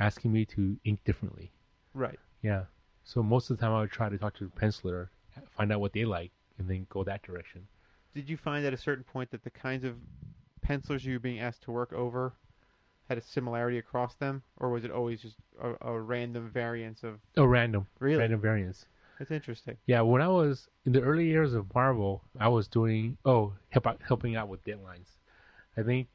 C: asking me to ink differently.
A: Right.
C: Yeah. So most of the time, I would try to talk to the penciler, find out what they like, and then go that direction.
A: Did you find at a certain point that the kinds of pencilers you were being asked to work over had a similarity across them, or was it always just a, a random variance of?
C: Oh, random,
A: Really?
C: random variants.
A: That's interesting.
C: Yeah. When I was in the early years of Marvel, I was doing oh help out, helping out with deadlines. I think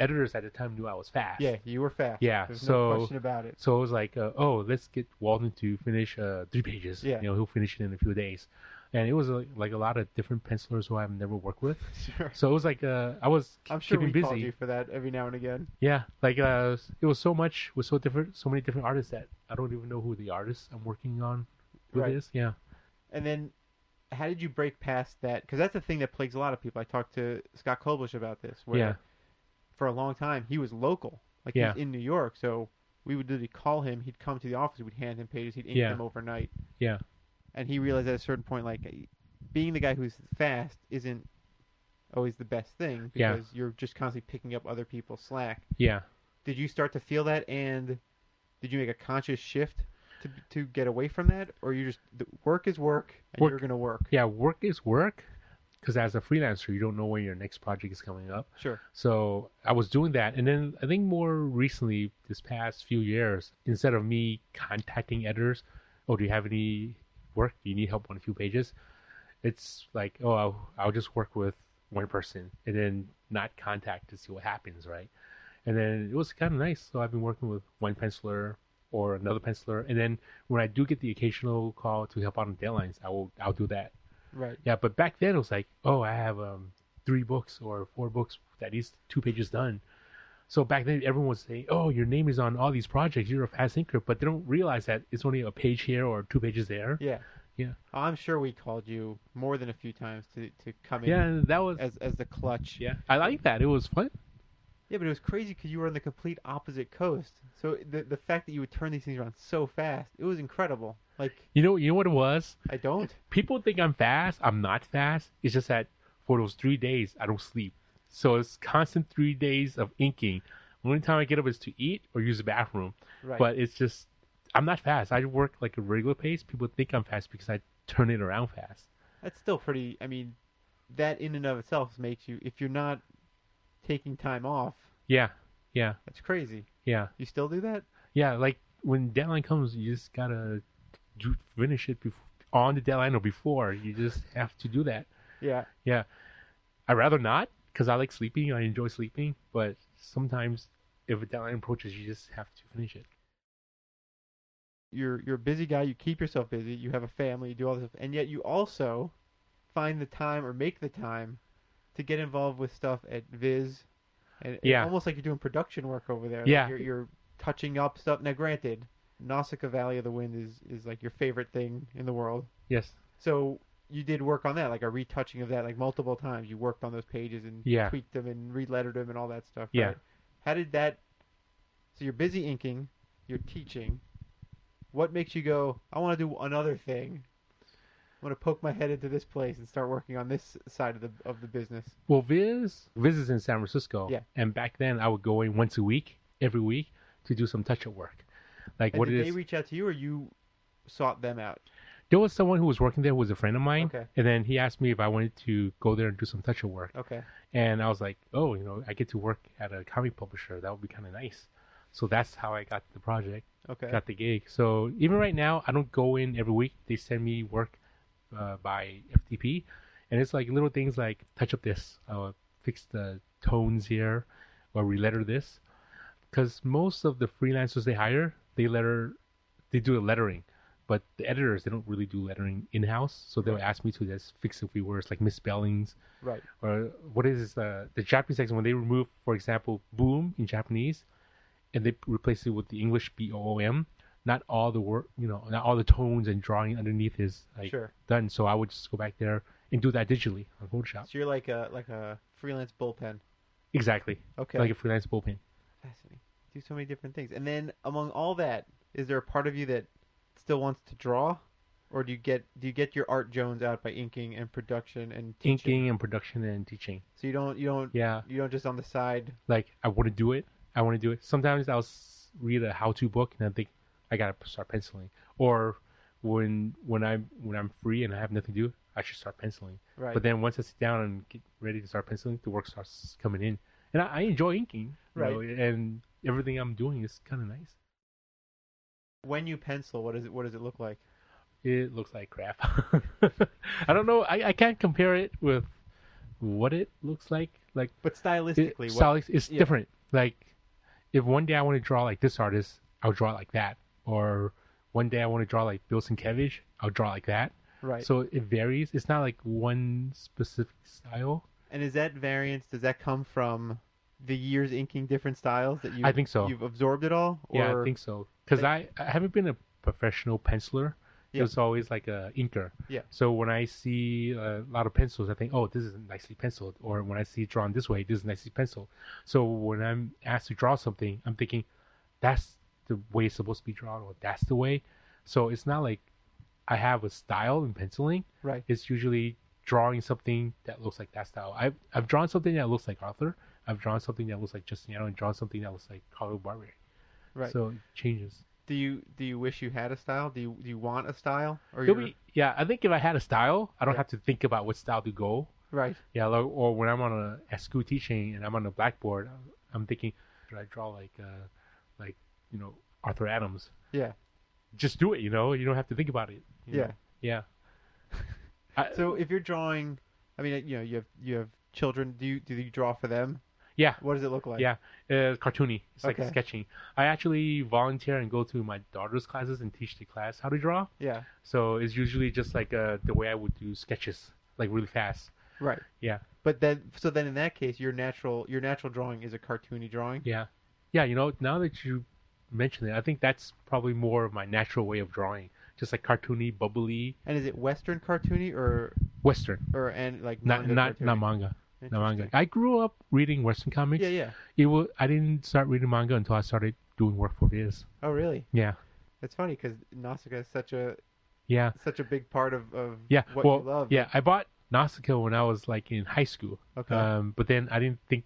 C: editors at the time knew I was fast.
A: Yeah, you were fast.
C: Yeah,
A: There's no
C: so-
A: question about it. [LAUGHS]
C: So it was like, uh, oh, let's get Walden to finish uh, three pages.
A: Yeah.
C: You know, he'll finish it in a few days. And it was uh, like a lot of different pencilers who I've never worked with.
A: Sure.
C: So it was like uh, I was
A: I'm sure we
C: keeping busy.
A: called you for that every now and again.
C: Yeah, like uh, it was so much with so different, so many different artists that I don't even know who the artist I'm working on with
A: Right.
C: is. Yeah,
A: And then, how did you break past that? Because that's the thing that plagues a lot of people. I talked to Scott Kolbush about this. Where
C: Yeah.
A: For a long time, he was local, like he was in New York. So we would literally call him. He'd come to the office. We'd hand him pages. He'd ink
C: Yeah.
A: them overnight.
C: Yeah.
A: And he realized at a certain point, like eh, being the guy who's fast isn't always the best thing
C: Yeah.
A: because you're just constantly picking up other people's slack.
C: yeah.
A: Did you start to feel that? And did you make a conscious shift? To, to get away from that, or you just the work is work, and
C: Work-
A: you're gonna work.
C: yeah work is work because as a freelancer you don't know when your next project is coming up
A: Sure.
C: so i was doing that and then i think more recently this past few years instead of me contacting editors oh do you have any work do you need help on a few pages it's like oh i'll, I'll just work with one person and then not contact to see what happens right and then it was kind of nice so i've been working with one penciler or another penciler and then when i do get the occasional call to help out on deadlines i will i'll do that
A: Right.
C: yeah, but back then it was like, oh, I have um, three books or four books that is two pages done. So back then everyone was saying, oh, your name is on all these projects. You're a fast inker, but they don't realize that it's only a page here or two pages there.
A: Yeah.
C: Yeah.
A: I'm sure we called you more than a few times to, to come in
C: Yeah, and that was.
A: as as the clutch.
C: Yeah, I like that. It was fun.
A: Yeah, but it was crazy because you were on the complete opposite coast. So the the fact that you would turn these things around so fast, it was incredible. Like
C: You know, you know what it was.
A: I don't.
C: People think I'm fast. I'm not fast. It's just that for those three days I don't sleep, so it's constant three days of inking. Only time I get up is to eat or use the bathroom.
A: Right.
C: But it's just I'm not fast. I work like a regular pace. People think I'm fast because I turn it around fast.
A: that's still pretty. I mean, that in and of itself makes you. If you're not taking time off,
C: Yeah, yeah,
A: that's crazy.
C: yeah,
A: You still do that?
C: yeah. Like when deadline comes, you just gotta do, finish it bef- on the deadline or before. You just have to do that.
A: Yeah.
C: Yeah, I would rather not because I like sleeping. I enjoy sleeping, but sometimes if a deadline approaches, you just have to finish it.
A: You're you're a busy guy. You keep yourself busy. You have a family. You do all this stuff, and yet you also find the time or make the time to get involved with stuff at Viz, and it's
C: Yeah.
A: almost like you're doing production work over there. Like,
C: Yeah.
A: you're, you're touching up stuff. Now, granted, Nausicaa Valley of the Wind is is like your favorite thing in the world,
C: Yes.
A: so you did work on that, like a retouching of that, like multiple times. You worked on those pages and
C: Yeah.
A: tweaked them and relettered them and all that stuff.
C: Yeah.
A: right? How did that? So you're busy inking, you're teaching. What makes you go? I want to do another thing. I want to poke my head into this place and start working on this side of the of the business.
C: Well, Viz, Viz is in San Francisco.
A: Yeah.
C: And back then, I would go in once a week, every week, to do some touch-up work. Like
A: And
C: what
A: did
C: it
A: they
C: is.
A: reach out to you, or you sought them out?
C: there was someone who was working there who was a friend of mine.
A: Okay.
C: And then he asked me if I wanted to go there and do some touch-up work.
A: Okay,
C: And I was like, oh, you know, I get to work at a comic publisher. That would be kind of nice. So that's how I got the project,
A: okay,
C: got the gig. So even right now, I don't go in every week. They send me work uh, by FTP, and it's like little things like touch up this, uh, fix the tones here, or reletter this, because most of the freelancers they hire, they letter, they do the lettering. But the editors they don't really do lettering in house, so they'll ask me to just fix a few words like misspellings
A: Right.
C: or what is uh, the Japanese section when they remove, for example, boom in Japanese, and they replace it with the English B O O M. Not all the word, you know, not all the tones and drawing underneath is like
A: Sure.
C: done. So I would just go back there and do that digitally on Photoshop.
A: So you're like a like a freelance bullpen.
C: Exactly,
A: Okay.
C: like a freelance bullpen.
A: Fascinating. Do so many different things. And then among all that, is there a part of you that still wants to draw? Or do you get do you get your Art Jones out by inking and production and teaching?
C: Inking and production and teaching.
A: So you don't you don't
C: Yeah,
A: you don't just on the side.
C: like I want to do it. I want to do it. Sometimes I'll s- read a how-to book and I think I gotta start penciling. Or when when I'm when I'm free and I have nothing to do, I should start penciling.
A: Right.
C: But then once I sit down and get ready to start penciling, the work starts coming in, and I, I enjoy inking. you
A: Right.
C: know, and everything I'm doing is kind of nice.
A: when you pencil, what is it what does it look like?
C: It looks like crap. [LAUGHS] I don't know. I, I can't compare it with what it looks like. Like
A: But
C: it,
A: stylistically what
C: stylis- it's
A: yeah.
C: different. Like if one day I want to draw like this artist, I'll draw like that. Or one day I want to draw like Bill Sienkiewicz, I'll draw like that.
A: right.
C: So it varies. It's not like one specific style.
A: and is that variance does that come from the years inking different styles that you
C: I think so.
A: you've absorbed it all?
C: yeah,
A: Or-
C: I think so. Because I, I haven't been a professional penciler.
A: Yeah.
C: It was always like a inker.
A: Yeah.
C: So when I see a lot of pencils, I think, oh, this is nicely penciled. Or when I see it drawn this way, this is nicely penciled. So when I'm asked to draw something, I'm thinking, that's the way it's supposed to be drawn, or that's the way. So it's not like I have a style in penciling.
A: Right.
C: It's usually drawing something that looks like that style. I've, I've drawn something that looks like Arthur. I've drawn something that looks like Justiniano, and drawn something that looks like Carlo Barberi.
A: Right.
C: So it changes.
A: do you do you wish you had a style? Do you do you want a style? Or
C: It'll
A: you're-
C: be- yeah, I think if I had a style, I don't
A: Yeah.
C: have to think about what style to go.
A: right.
C: Yeah, like, or when I'm on a at school teaching and I'm on a blackboard, I'm- I'm thinking, should I draw like, uh, like you know, Arthur Adams?
A: Yeah.
C: Just do it. You know, you don't have to think about it. you know?
A: Yeah.
C: Yeah. I,
A: So if you're drawing, I mean, you know, you have you have children. Do you do you draw for them?
C: yeah.
A: What does it look like?
C: Yeah, uh, cartoony. It's like
A: Okay.
C: sketching. I actually volunteer and go to my daughter's classes and teach the class how to draw.
A: yeah,
C: So it's usually just like uh, the way I would do sketches, like really fast.
A: right.
C: Yeah,
A: But then, so then in that case, your natural your natural drawing is a cartoony drawing.
C: yeah, yeah. You know, now that you mention it, I think that's probably more of my natural way of drawing, just like cartoony, bubbly,
A: And is it Western cartoony or
C: Western,
A: or and like
C: not
A: manga
C: not not
A: cartoony?
C: manga, not manga.
A: Interesting.
C: I grew up reading Western comics.
A: Yeah, yeah.
C: It was, I didn't start reading manga until I started doing work for Viz.
A: Oh, really?
C: Yeah,
A: It's funny because Nausicaa is such a
C: yeah.
A: such a big part of of
C: Yeah,
A: what
C: well,
A: you love.
C: yeah, I bought Nausicaa when I was like in high school.
A: Okay.
C: Um, but then I didn't think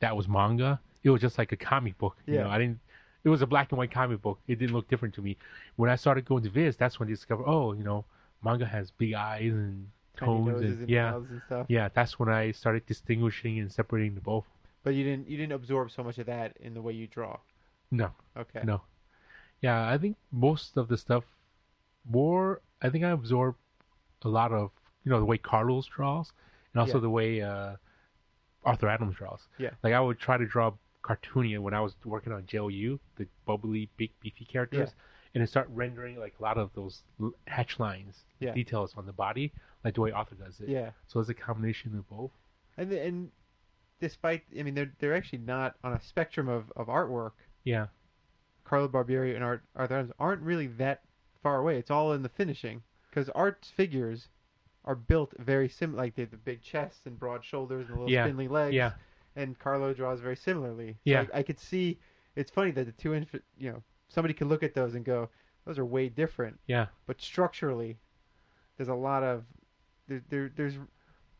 C: that was manga. It was just like a comic book. You
A: Yeah.
C: know, I didn't. It was a black and white comic book. It didn't look different to me. When I started going to Viz, that's when I discovered. Oh, you know, manga has big eyes and
A: Tiny
C: tones
A: noses
C: and,
A: and
C: yeah,
A: mouths and stuff.
C: yeah. That's when I started distinguishing and separating the both.
A: But you didn't you didn't absorb so much of that in the way you draw.
C: No,
A: Okay.
C: no. Yeah, I think most of the stuff, more. I think I absorbed a lot of you know the way Carlos draws, and also
A: Yeah.
C: the way uh, Arthur Adams draws.
A: Yeah.
C: like I would try to draw cartoony when I was working on JLU, the bubbly, big, beefy characters, and then start rendering like a lot of those l- hatch lines,
A: Yeah.
C: details on the body, like the way Arthur does it.
A: Yeah.
C: So it's a combination of both.
A: And and despite I mean they're they're actually not on a spectrum of, of artwork.
C: Yeah,
A: Carlo Barbieri and Art, Arthur Adams aren't really that far away. It's all in the finishing because Art's figures are built very similar. Like they have the big chests and broad shoulders and the little
C: Yeah.
A: spindly legs.
C: Yeah.
A: And Carlo draws very similarly. So
C: Yeah.
A: I, I could see. It's funny that the two inf- you know somebody could look at those and go those are way different,
C: yeah,
A: but structurally there's a lot of there, there there's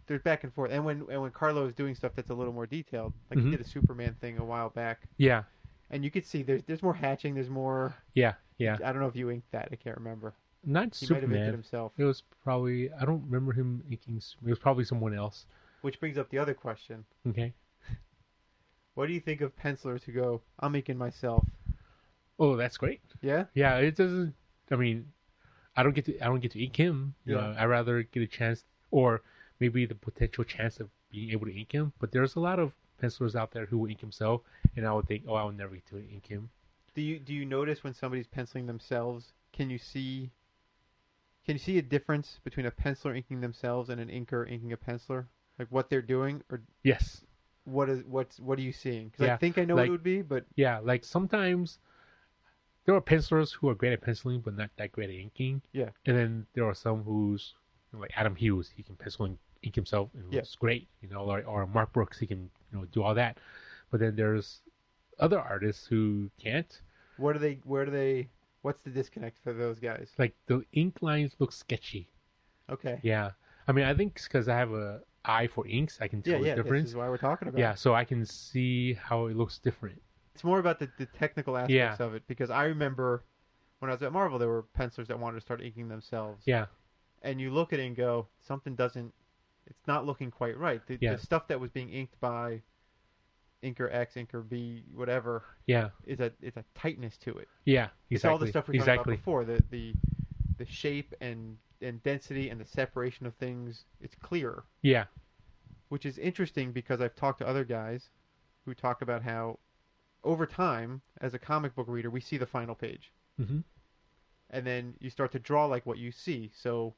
A: there's back and forth. And when and when Carlo is doing stuff that's a little more detailed, like
C: Mhm.
A: he did a Superman thing a while back,
C: yeah,
A: and you could see there's there's more hatching, there's more.
C: yeah, yeah.
A: I don't know if you inked that. I can't remember.
C: Not
A: He might have inked it
C: Superman.
A: himself.
C: It was probably I don't remember him inking. Su- It was probably someone else.
A: Which brings up the other question:
C: Okay.
A: What do you think of pencilers who go, "I'm inking myself"?
C: Oh, that's great.
A: Yeah,
C: Yeah, it doesn't. I mean, I don't get to. I don't get to ink him. You
A: Yeah.
C: know, I rather get a chance, or maybe the potential chance of being able to ink him. But there's a lot of pencilers out there who will ink himself, and I would think, oh, I will never get to ink him.
A: do you do you notice when somebody's penciling themselves? Can you see Can you see a difference between a penciler inking themselves and an inker inking a penciler? Like what they're doing, or
C: Yes.
A: what is what's what are you seeing? Because I
C: Yeah,
A: think I know what
C: like-
A: it would be, but
C: Yeah, like sometimes there are pencilers who are great at penciling but not that great at inking.
A: Yeah.
C: And then there are some who's like Adam Hughes, he can pencil and ink himself and
A: Yeah.
C: it's great, you know, or, or Mark Brooks, he can, you know, do all that. But then there's other artists who can't.
A: what are they? Where do they? What's the disconnect for those guys?
C: Like the ink lines look sketchy.
A: Okay.
C: Yeah. I mean, I think because I have a eye for inks, I can tell
A: Yeah, yeah.
C: the difference.
A: This is why we're talking about.
C: Yeah, so I can see how it looks different.
A: It's more about the, the technical aspects of it because I remember when I was at Marvel, there were pencilers that wanted to start inking themselves.
C: Yeah.
A: And you look at it and go, something doesn't. It's not looking quite right. The,
C: Yeah.
A: the stuff that was being inked by Inker X, Inker B, whatever,
C: Yeah.
A: is a it's a tightness to it.
C: Yeah. Exactly.
A: It's all the stuff we talked
C: exactly.
A: about before the the the shape and and density and the separation of things. It's clear,
C: Yeah.
A: which is interesting because I've talked to other guys who talk about how over time, as a comic book reader, we see the final page,
C: hmm
A: and then you start to draw like what you see. So,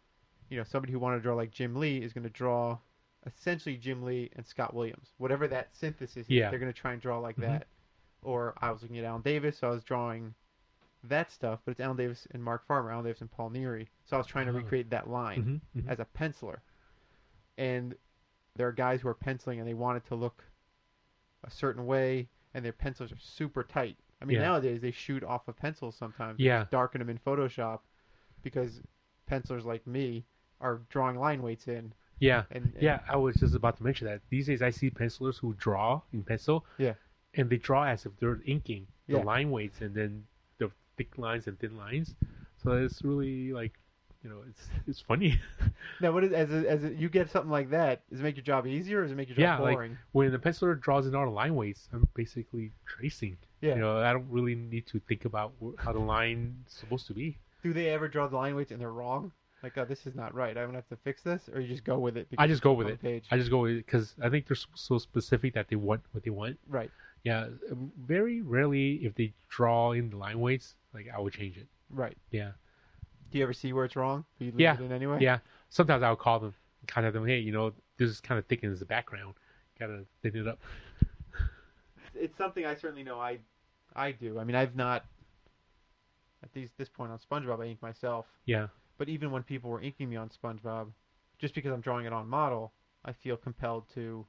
A: you know, somebody who wanted to draw like Jim Lee is going to draw essentially Jim Lee and Scott Williams, whatever that synthesis is.
C: Yeah.
A: They're going to try and draw like
C: Mhm.
A: that. Or I was looking at Alan Davis, so I was drawing that stuff, but it's Alan Davis and Mark Farmer, Alan Davis and Paul Neary. So I was trying to
C: Oh.
A: recreate that line
C: hmm hmm
A: as a penciler. And there are guys who are penciling and they want it to look a certain way, and their pencils are super tight. I mean,
C: Yeah.
A: nowadays they shoot off of pencils sometimes. They
C: Yeah.
A: just darken them in Photoshop because pencilers like me are drawing line weights in.
C: Yeah.
A: And, and-
C: Yeah, I was just about to mention that. These days, I see pencilers who draw in pencil.
A: Yeah.
C: And they draw as if they're inking the
A: Yeah.
C: line weights and then the thick lines and thin lines. So it's really like, you know, it's
A: [LAUGHS]
C: it's funny.
A: Now, what is as a, as a, you get something like that? Does it make your job easier? or Does it make your
C: yeah,
A: job
C: like
A: boring?
C: when the penciler draws in all the line weights, I'm basically tracing.
A: yeah.
C: You know, I don't really need to think about wh- how the line's supposed to be.
A: Do they ever draw the line weights and they're wrong? Like, oh, this is not right. I'm gonna have to fix this, or you just go with it.
C: I just go with
A: on the
C: it.
A: Page.
C: I just go with it because I think they're s- so specific that they want what they want.
A: Right.
C: Yeah, very rarely if they draw in the line weights, like I would change it.
A: Right.
C: Yeah,
A: Do you ever see where it's wrong? Do you leave
C: Yeah.
A: it in anyway?
C: yeah. Sometimes I'll call them, kind of them, hey, you know, this is kind of thickens the background, gotta thin it up.
A: It's something I certainly know I I do. I mean, I've not at these this point on SpongeBob I ink myself,
C: Yeah,
A: but even when people were inking me on SpongeBob, just because I'm drawing it on model, I feel compelled to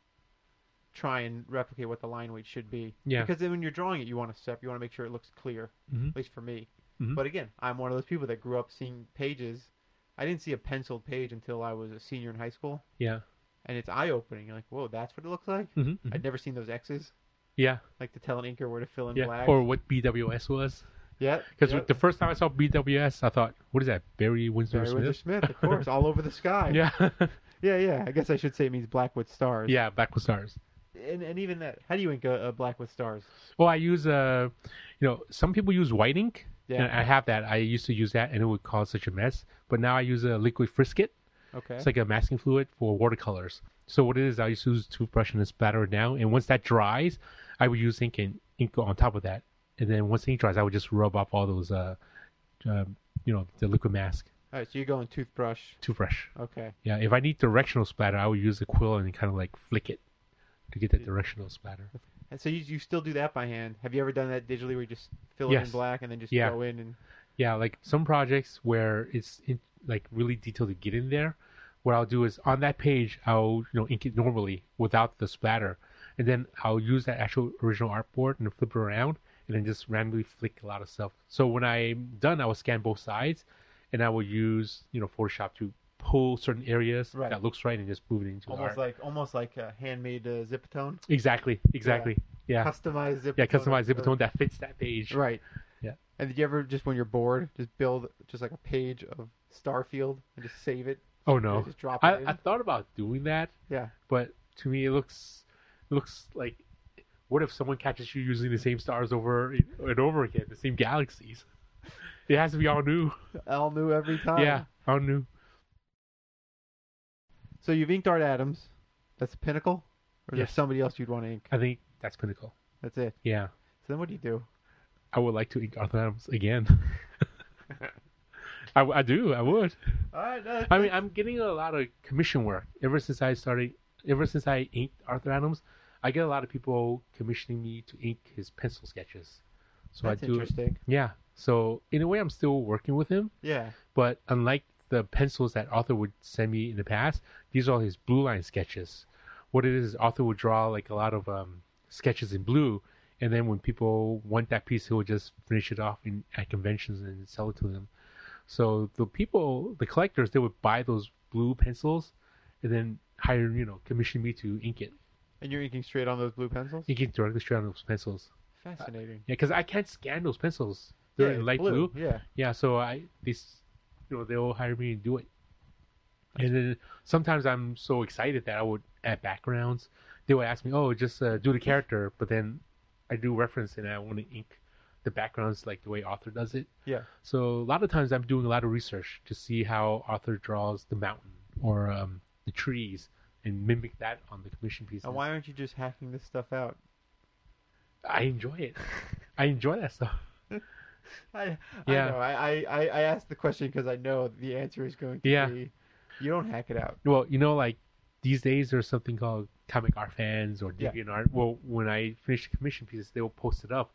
A: try and replicate what the line weight should be.
C: Yeah.
A: Because then when you're drawing it, you want to step, you want to make sure it looks clear,
C: Mhm.
A: at least for me.
C: Mhm.
A: But again, I'm one of those people that grew up seeing pages. I didn't see a penciled page until I was a senior in high school,
C: yeah,
A: and it's eye opening. You're like, whoa, that's what it looks like.
C: hmm
A: I'd never seen those X's.
C: yeah,
A: like to tell an inker where to fill in
C: yeah.
A: black.
C: Or what BWS was,
A: yeah,
C: because
A: yep.
C: the first time I saw BWS, I thought, what is that, Barry Windsor
A: Barry Windsor
C: Smith?
A: Smith, of
C: [LAUGHS]
A: course, all over the sky.
C: Yeah, [LAUGHS]
A: yeah, yeah. I guess I should say it means black with stars.
C: yeah. Back with stars.
A: and, and even that. How do you ink a, a black with stars?
C: Oh, I use uh, you know, some people use white ink.
A: Yeah.
C: Yeah. And I have that. I used to use that, and it would cause such a mess. But now I use a liquid frisket.
A: Okay,
C: It's like a masking fluid for watercolors. So what it is, I used to use a toothbrush and then splatter it down. And once that dries, I would use ink and ink on top of that. And then once the ink dries, I would just rub off all those, uh, um, you know, the liquid mask
A: all right. So you're going toothbrush.
C: toothbrush.
A: Okay,
C: Yeah. If I need directional splatter, I would use a quill and kind of like flick it to get that directional splatter.
A: and so you you still do that by hand. Have you ever done that digitally where you just fill it in
C: Yes.
A: black and then just
C: Yeah.
A: go in and
C: Yeah, like some projects where it's in, like really detailed to get in there. What I'll do is on that page, I'll you know ink it normally without the splatter, and then I'll use that actual original artboard and flip it around, and then just randomly flick a lot of stuff. So when I'm done, I will scan both sides, and I will use you know Photoshop to pull certain areas
A: Right.
C: that looks right and just move it into the
A: almost
C: art.
A: like almost like a handmade uh, zip tone,
C: exactly, exactly, yeah, yeah,
A: customized zip.
C: customized zip tone that fits that page.
A: Right.
C: Yeah.
A: And did you ever just when you're bored just build just like a page of Starfield and just save it?
C: Oh
A: and
C: no,
A: Just drop it
C: I,
A: in.
C: I thought about doing that,
A: yeah.
C: but to me it looks looks like what if someone catches you using the same stars over and over again the same galaxies [LAUGHS] it has to be all new
A: Al knew every time.
C: yeah all new
A: So you've inked Art Adams. That's the pinnacle? Or is there
C: Yes.
A: somebody else you'd want to ink?
C: i think that's pinnacle
A: That's it.
C: yeah
A: So then what do you do?
C: i would like to ink arthur adams again [LAUGHS] I, I do. I would.
A: All right. no,
C: I mean, I'm getting a lot of commission work ever since I started. Ever since I inked Arthur Adams, I get a lot of people commissioning me to ink his pencil sketches. So
A: that's
C: I do.
A: interesting.
C: Yeah. So in a way, I'm still working with him,
A: Yeah.
C: but unlike the pencils that Arthur would send me in the past, these are all his blue line sketches. What it is, is Arthur would draw like a lot of um, sketches in blue, and then when people want that piece, he will just finish it off in, at conventions and sell it to them. So the people, the collectors, they would buy those blue pencils, and then hire, you know, commission me to ink it,
A: And you're inking straight on those blue pencils.
C: ink it directly straight on those pencils.
A: Fascinating.
C: Yeah, because I can't scan those pencils. They're
A: Yeah,
C: in light blue.
A: Yeah.
C: Yeah, so I this you know they'll hire me to do it, and then sometimes I'm so excited that I would add backgrounds. They would ask me, "Oh, just uh, do the character," but then I do reference and I want to ink the backgrounds like the way Arthur does it.
A: Yeah.
C: So a lot of times I'm doing a lot of research to see how Arthur draws the mountain or um, the trees and mimic that on the commission pieces.
A: And why aren't you just hacking this stuff out?
C: I enjoy
A: [LAUGHS]
C: it. I enjoy that stuff.
A: I,
C: Yeah.
A: I know. I, I, I- I asked the question because I know the answer is going to
C: Yeah.
A: be you don't hack it out.
C: Well, you know, like these days there's something called comic art fans or
A: Yeah.
C: deviant art. Well, when I finish the commission pieces, they will post it up,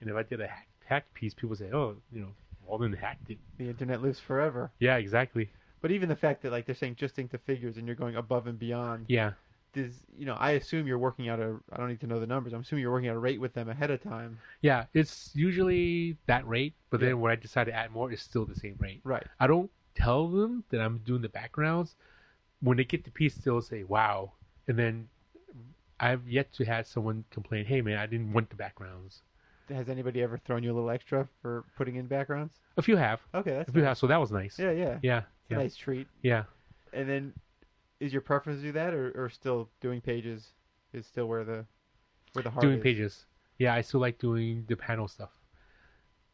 C: and if I did a hack, hack piece, people say, "Oh, you know, Walden hacked it."
A: The internet lives forever.
C: Yeah, exactly.
A: But even the fact that like they're saying just ink the figures and you're going above and beyond
C: Yeah,
A: is you know, I assume you're working out a I don't need to know the numbers. I'm assuming you're working out a rate with them ahead of time.
C: yeah. It's usually that rate, but
A: Yeah.
C: then when I decide to add more, it's still the same rate.
A: Right.
C: I don't tell them that I'm doing the backgrounds. When they get the piece, they'll say, "Wow," and then I've yet to have someone complain, "Hey, man, I didn't want the backgrounds."
A: Has anybody ever thrown you a little extra for putting in backgrounds?
C: A few have,
A: Okay, that's
C: a few have. So that was nice.
A: yeah, yeah. It's
C: Yeah.
A: a
C: Yeah.
A: nice treat.
C: Yeah.
A: And then is your preference to do that or, or still doing pages is still where the where the heart
C: doing
A: is?
C: pages. Yeah, I still like doing the panel stuff.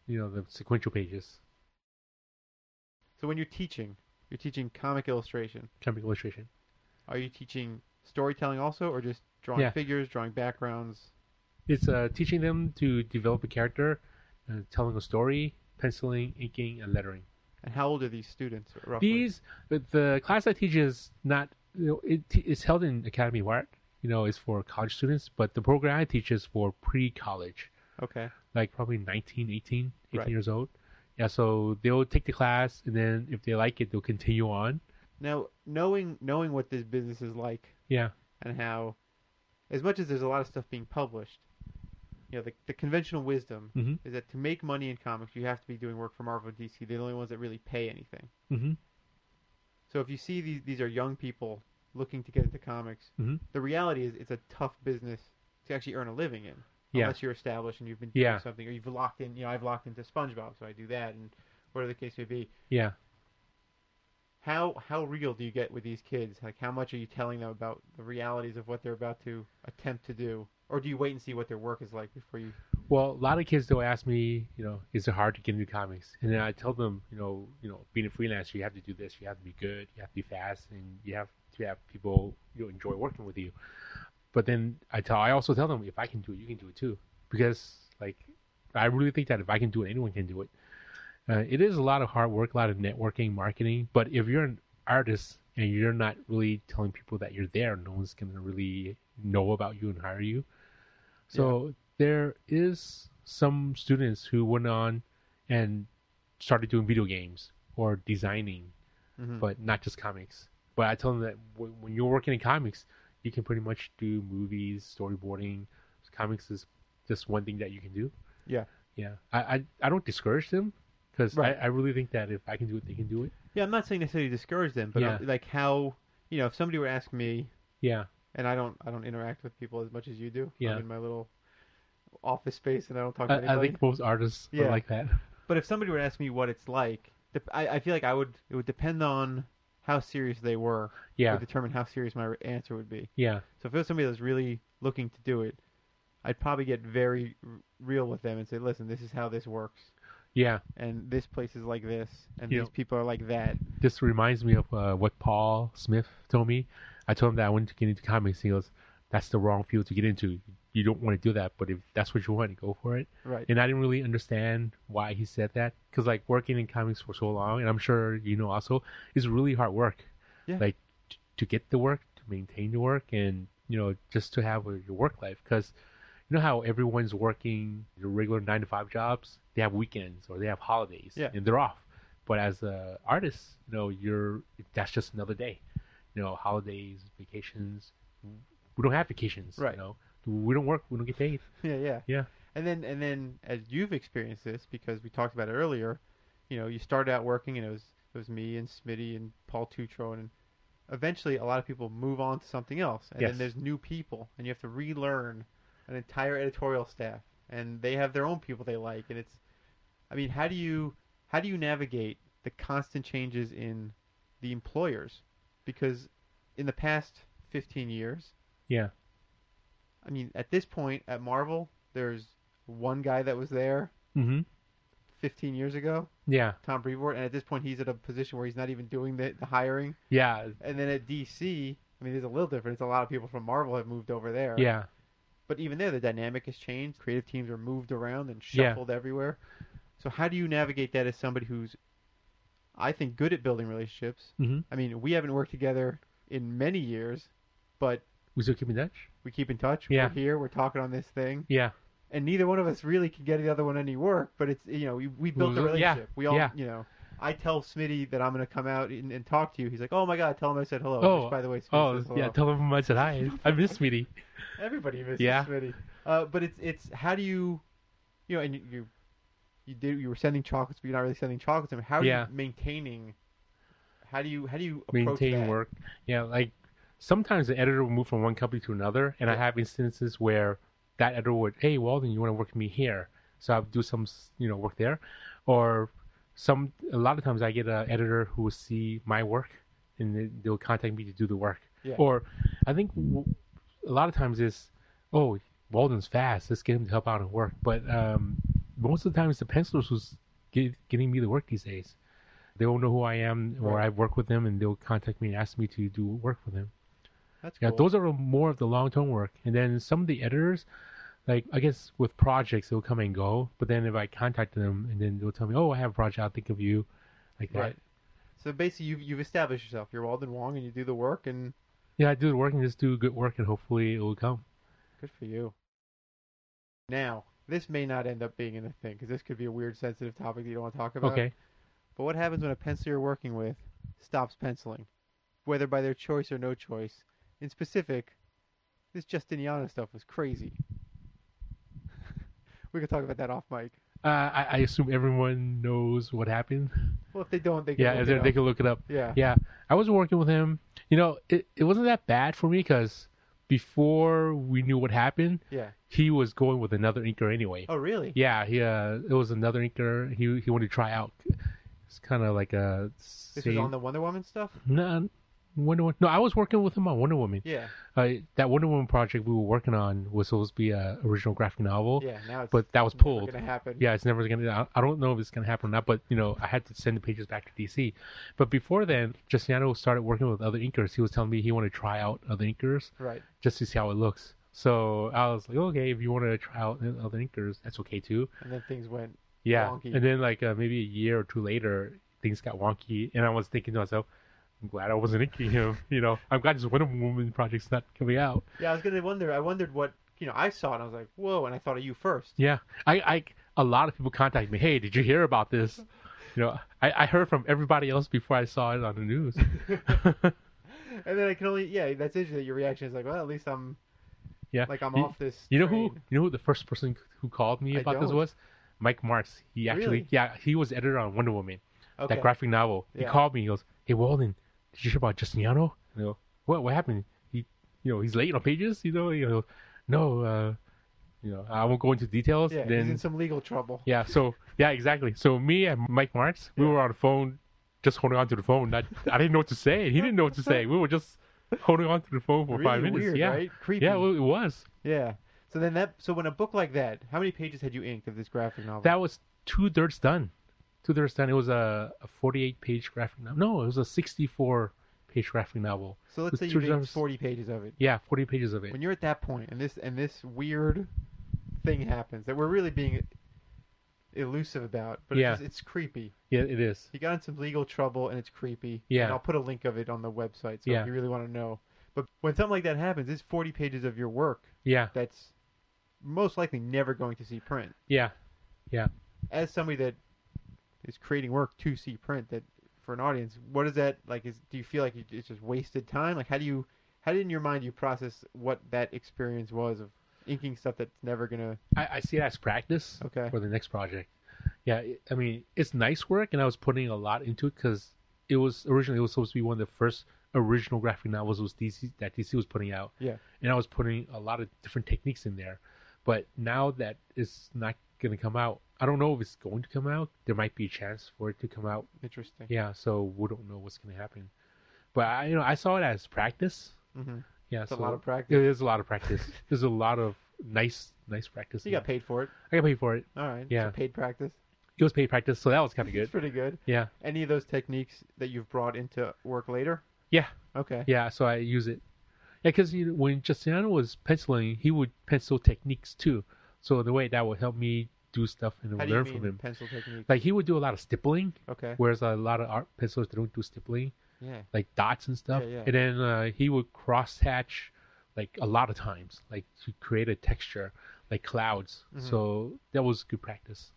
C: You know, the sequential pages,
A: So when you're teaching, you're teaching comic illustration.
C: comic illustration.
A: Are you teaching storytelling also, or just drawing
C: Yeah.
A: figures, drawing backgrounds?
C: It's uh, teaching them to develop a character, uh, telling a story, penciling, inking, and lettering.
A: And how old are these students roughly?
C: These, the, the class I teach is not, you know, it, it's held in Academy of Art. You know, it's for college students, but the program I teach is for pre-college.
A: Okay.
C: like probably 19, 18, 18
A: Right.
C: years old. Yeah, so they'll take the class, and then if they like it, they'll continue on.
A: Now knowing knowing what this business is like
C: Yeah,
A: and how, as much as there's a lot of stuff being published, you know the, the conventional wisdom
C: Mhm.
A: is that to make money in comics you have to be doing work for Marvel and DC. They're the only ones that really pay anything.
C: hmm
A: So if you see these these are young people looking to get into comics,
C: Mhm.
A: the reality is it's a tough business to actually earn a living in.
C: Yeah.
A: Unless you're established and you've been doing
C: Yeah.
A: something or you've locked in you know, I've locked into SpongeBob, so I do that and whatever the case may be.
C: yeah.
A: How how real do you get with these kids? Like how much are you telling them about the realities of what they're about to attempt to do? Or do you wait and see what their work is like before you
C: Well, a lot of kids they'll ask me, you know, is it hard to get into comics? And then I tell them, you know, you know, being a freelancer, you have to do this, you have to be good, you have to be fast, and you have to have people you know, enjoy working with you. But then I tell, I also tell them, if I can do it, you can do it too, because like I really think that if I can do it, anyone can do it. Uh, it is a lot of hard work, a lot of networking, marketing. But if you're an artist and you're not really telling people that you're there, no one's gonna really know about you and hire you. So there is some students who went on and started doing video games or designing,
A: Mhm.
C: but not just comics. But I tell them that w- when you're working in comics, you can pretty much do movies, storyboarding. Comics is just one thing that you can do.
A: Yeah.
C: Yeah. I I, I don't discourage them because
A: Right.
C: I, I really think that if I can do it, they can do it.
A: Yeah, I'm not saying necessarily discourage them, but
C: Yeah.
A: uh, like how you know, if somebody were to ask me
C: Yeah.
A: and I don't I don't interact with people as much as you do.
C: Yeah.
A: I'm in my little office space and I don't talk to
C: I,
A: anybody.
C: I think most artists
A: Yeah.
C: are like that.
A: But if somebody were to ask me what it's like, dep- I, I feel like I would. It would depend on how serious they were.
C: Yeah.
A: Would determine how serious my answer would be.
C: Yeah.
A: So if it was somebody that's really looking to do it, I'd probably get very r- real with them and say, "Listen, this is how this works,
C: Yeah.
A: and this place is like this, and
C: Yeah.
A: these people are like that."
C: this reminds me of uh, what Paul Smith told me. I told him that I wanted to get into comics. He goes, "That's the wrong field to get into. You you don't want to do that, but if that's what you want, go for it.
A: Right.
C: And I didn't really understand why he said that because, like, working in comics for so long, and I'm sure you know also, it's really hard work.
A: Yeah.
C: Like, t- to get the work, to maintain the work, and, you know, just to have uh, your work life. Because you know how everyone's working your regular nine to five jobs? They have weekends or they have holidays
A: Yeah.
C: and they're off. But as a artist, you know, you're that's just another day. You know, holidays, vacations. We don't have vacations.
A: Right.
C: You know, we don't work. We don't get paid.
A: [LAUGHS] Yeah, yeah.
C: Yeah.
A: And then and then as you've experienced this because we talked about it earlier, you know, you started out working and it was it was me and Smitty and Paul Tutro and eventually a lot of people move on to something else and
C: Yes.
A: then there's new people and you have to relearn an entire editorial staff and they have their own people they like and it's I mean, how do you how do you navigate the constant changes in the employers? Because in the past 15 years,
C: Yeah.
A: I mean, at this point at Marvel, there's one guy that was there
C: Mm-hmm.
A: 15 years ago,
C: Yeah.
A: Tom Brevoort, and at this point he's at a position where he's not even doing the, the hiring.
C: Yeah.
A: And then at DC, I mean, it's a little different. It's a lot of people from Marvel have moved over there.
C: Yeah.
A: But even there, the dynamic has changed. Creative teams are moved around and
C: Yeah.
A: shuffled everywhere. So how do you navigate that as somebody who's, I think, good at building relationships?
C: Mm-hmm.
A: I mean, we haven't worked together in many years, but
C: We still keep in touch.
A: we keep in touch.
C: Yeah.
A: We're here. We're talking on this thing.
C: Yeah.
A: and neither one of us really can get the other one any work. But it's you know we, we built a
C: Mm-hmm. Yeah,
A: relationship. we all
C: yeah.
A: you know. I tell Smitty that I'm going to come out and, and talk to you. He's like, "Oh my god, tell him I said hello."
C: Oh,
A: Which, by the way, Smitty
C: Oh
A: says hello.
C: yeah. Tell them I said hi. I miss Sweetie.
A: everybody misses
C: Yeah.
A: Smitty. Uh, but it's it's how do you, you know, and you you, you did you were sending chocolates, but you're not really sending chocolates. I mean, how are
C: Yeah.
A: you maintaining? How do you how do you approach
C: maintain
A: that?
C: work. Yeah, like sometimes the editor will move from one company to another, and I
A: Yeah.
C: have instances where that editor would, hey, Walden, you want to work with me here? So I'll do some, s- you know, work there, or some. A lot of times I get an editor who will see my work, and they- they'll contact me to do the work.
A: Yeah.
C: Or I think w- a lot of times is, oh, Walden's fast. Let's get him to help out and work. But um, most of the time, it's the pencilers who's get, getting me the work these days they will know who I am or
A: Right.
C: I work with them and they'll contact me and ask me to do work for them.
A: That's
C: Yeah,
A: cool.
C: those are more of the long term work. And then some of the editors, like I guess with projects they'll come and go, but then if I contact them and then they'll tell me, Oh, I have a project, I'll think of you like that.
A: Right. so basically, you've you've established yourself. You're Walden Wong, and you do the work, and
C: Yeah, I do the work and just do good work and hopefully it will come.
A: Good for you. Now, this may not end up being in a thing because this could be a weird, sensitive topic that you don't want to talk about.
C: Okay.
A: But what happens when a penciler you're working with stops penciling, whether by their choice or no choice? In specific, this Justiniano stuff was crazy. [LAUGHS] we could talk about that off mic.
C: Uh, I, I assume everyone knows what happened.
A: Well, if they don't, they can.
C: Yeah,
A: look
C: they,
A: it
C: they
A: up.
C: can look it up.
A: Yeah.
C: Yeah, I was working with him. You know, it, it wasn't that bad for me because before we knew what happened,
A: Yeah.
C: he was going with another inker anyway.
A: Oh, really?
C: Yeah, he uh, it was another inker. He he wanted to try out. It's kind of like a
A: This
C: same-
A: was on the Wonder Woman stuff?
C: no Wonder Woman. No, I was working with him on Wonder Woman.
A: Yeah.
C: Uh, that Wonder Woman project we were working on was supposed to be a original graphic novel,
A: Yeah, now it's
C: but that was pulled.
A: going to happen.
C: Yeah, it's never gonna. I I don't know if it's gonna happen or not, but you know, I had to send the pages back to DC. But before then, Justiniano started working with other inkers. He was telling me he wanted to try out other inkers
A: Right.
C: just to see how it looks. So I was like, okay, if you want to try out other inkers, that's okay too.
A: And then things went.
C: Yeah.
A: Wonky.
C: And then like uh, maybe a year or two later, things got wonky, and I was thinking to myself, I'm glad I wasn't inking him. [LAUGHS] you know, I'm glad this Wonder Woman project's not coming out.
A: Yeah, I was gonna wonder. I wondered what you know. I saw it. and I was like, whoa, and I thought of you first.
C: Yeah, I, I a lot of people contact me. Hey, did you hear about this? You know, I, I heard from everybody else before I saw it on
A: [LAUGHS]
C: the news.
A: And then I can only yeah. That's interesting. Your reaction is like, well, at least I'm
C: yeah,
A: like I'm
C: you,
A: off this.
C: You know who?
A: train.
C: You know who the first person who called me
A: I
C: about this
A: don't.
C: was? Mike Marks. He actually,
A: Really?
C: yeah, he was editor on Wonder Woman,
A: Okay.
C: that graphic novel. He
A: Yeah.
C: called me. He goes, "Hey, Walden, did you hear about Justiniano?" You know, what what happened? He, you know, he's late on pages. You know, he goes, "No, uh, you know, I won't go into details."
A: yeah,
C: then
A: he's in some legal trouble.
C: Yeah. So yeah, exactly. So me and Mike Marks, we were on the phone, just holding on to the phone. Not, I didn't know what to say. He didn't know what to say. We were just holding on to the phone for
A: really
C: five minutes.
A: weird,
C: yeah.
A: right? Creepy.
C: Yeah. Well, it was.
A: Yeah. So then that. So when a book like that, how many pages had you inked of this graphic novel?
C: That was two thirds done. Two thirds done. It was a, a forty-eight page graphic novel. No, it was a sixty-four page graphic novel.
A: So let's
C: With
A: say you
C: two
A: read
C: different-
A: forty pages of it.
C: Yeah, forty pages of it.
A: When you're at that point, and this and this weird thing happens that we're really being elusive about, but
C: Yeah.
A: it's, just- it's creepy.
C: Yeah, it is.
A: He got in some legal trouble, and it's creepy.
C: Yeah.
A: and I'll put a link of it on the website, so
C: Yeah.
A: if you really want to know. But when something like that happens, it's forty pages of your work
C: Yeah,
A: that's most likely never going to see print.
C: yeah,
A: As somebody that is creating work to see print, that for an audience, what is that like? Is do you feel like you- it's just wasted time? Like, how do you, how did in your mind you process what that experience was of inking stuff that's never gonna?
C: I, I see it as practice
A: Okay.
C: for the next project. Yeah, it, I mean, it's nice work, and I was putting a lot into it because it was originally it was supposed to be one of the first original graphic novels was DC that DC was putting out.
A: Yeah.
C: and I was putting a lot of different techniques in there. But now that it's not going to come out, I don't know if it's going to come out. There might be a chance for it to come out.
A: Interesting.
C: Yeah, so we don't know what's going to happen. But I, you know, I saw it as practice.
A: Mm-hmm.
C: Yeah,
A: It's a lot of practice.
C: It is a lot
A: [LAUGHS]
C: of practice. There's a lot of nice, nice practice.
A: You
C: in
A: got paid for it.
C: I got paid for it.
A: All right. It's
C: Yeah.
A: a paid practice.
C: It was paid practice, so that was kind of
A: [LAUGHS]
C: good.
A: It's pretty good.
C: Yeah,
A: Any of those techniques that you've brought into work later?
C: yeah,
A: Okay.
C: yeah. So I use it. Yeah, because you know, when Justiniano was penciling, he would pencil techniques too. So in a way, that would help me do stuff and
A: How do you
C: learn
A: mean
C: from him.
A: pencil technique?
C: Like he would do a lot of stippling,
A: Okay.
C: whereas a lot of art pencilers they don't do stippling,
A: Yeah.
C: like dots and stuff.
A: Yeah, yeah.
C: And then uh, he would cross hatch like a lot of times, like to create a texture, like clouds.
A: Mm-hmm.
C: So that was good practice.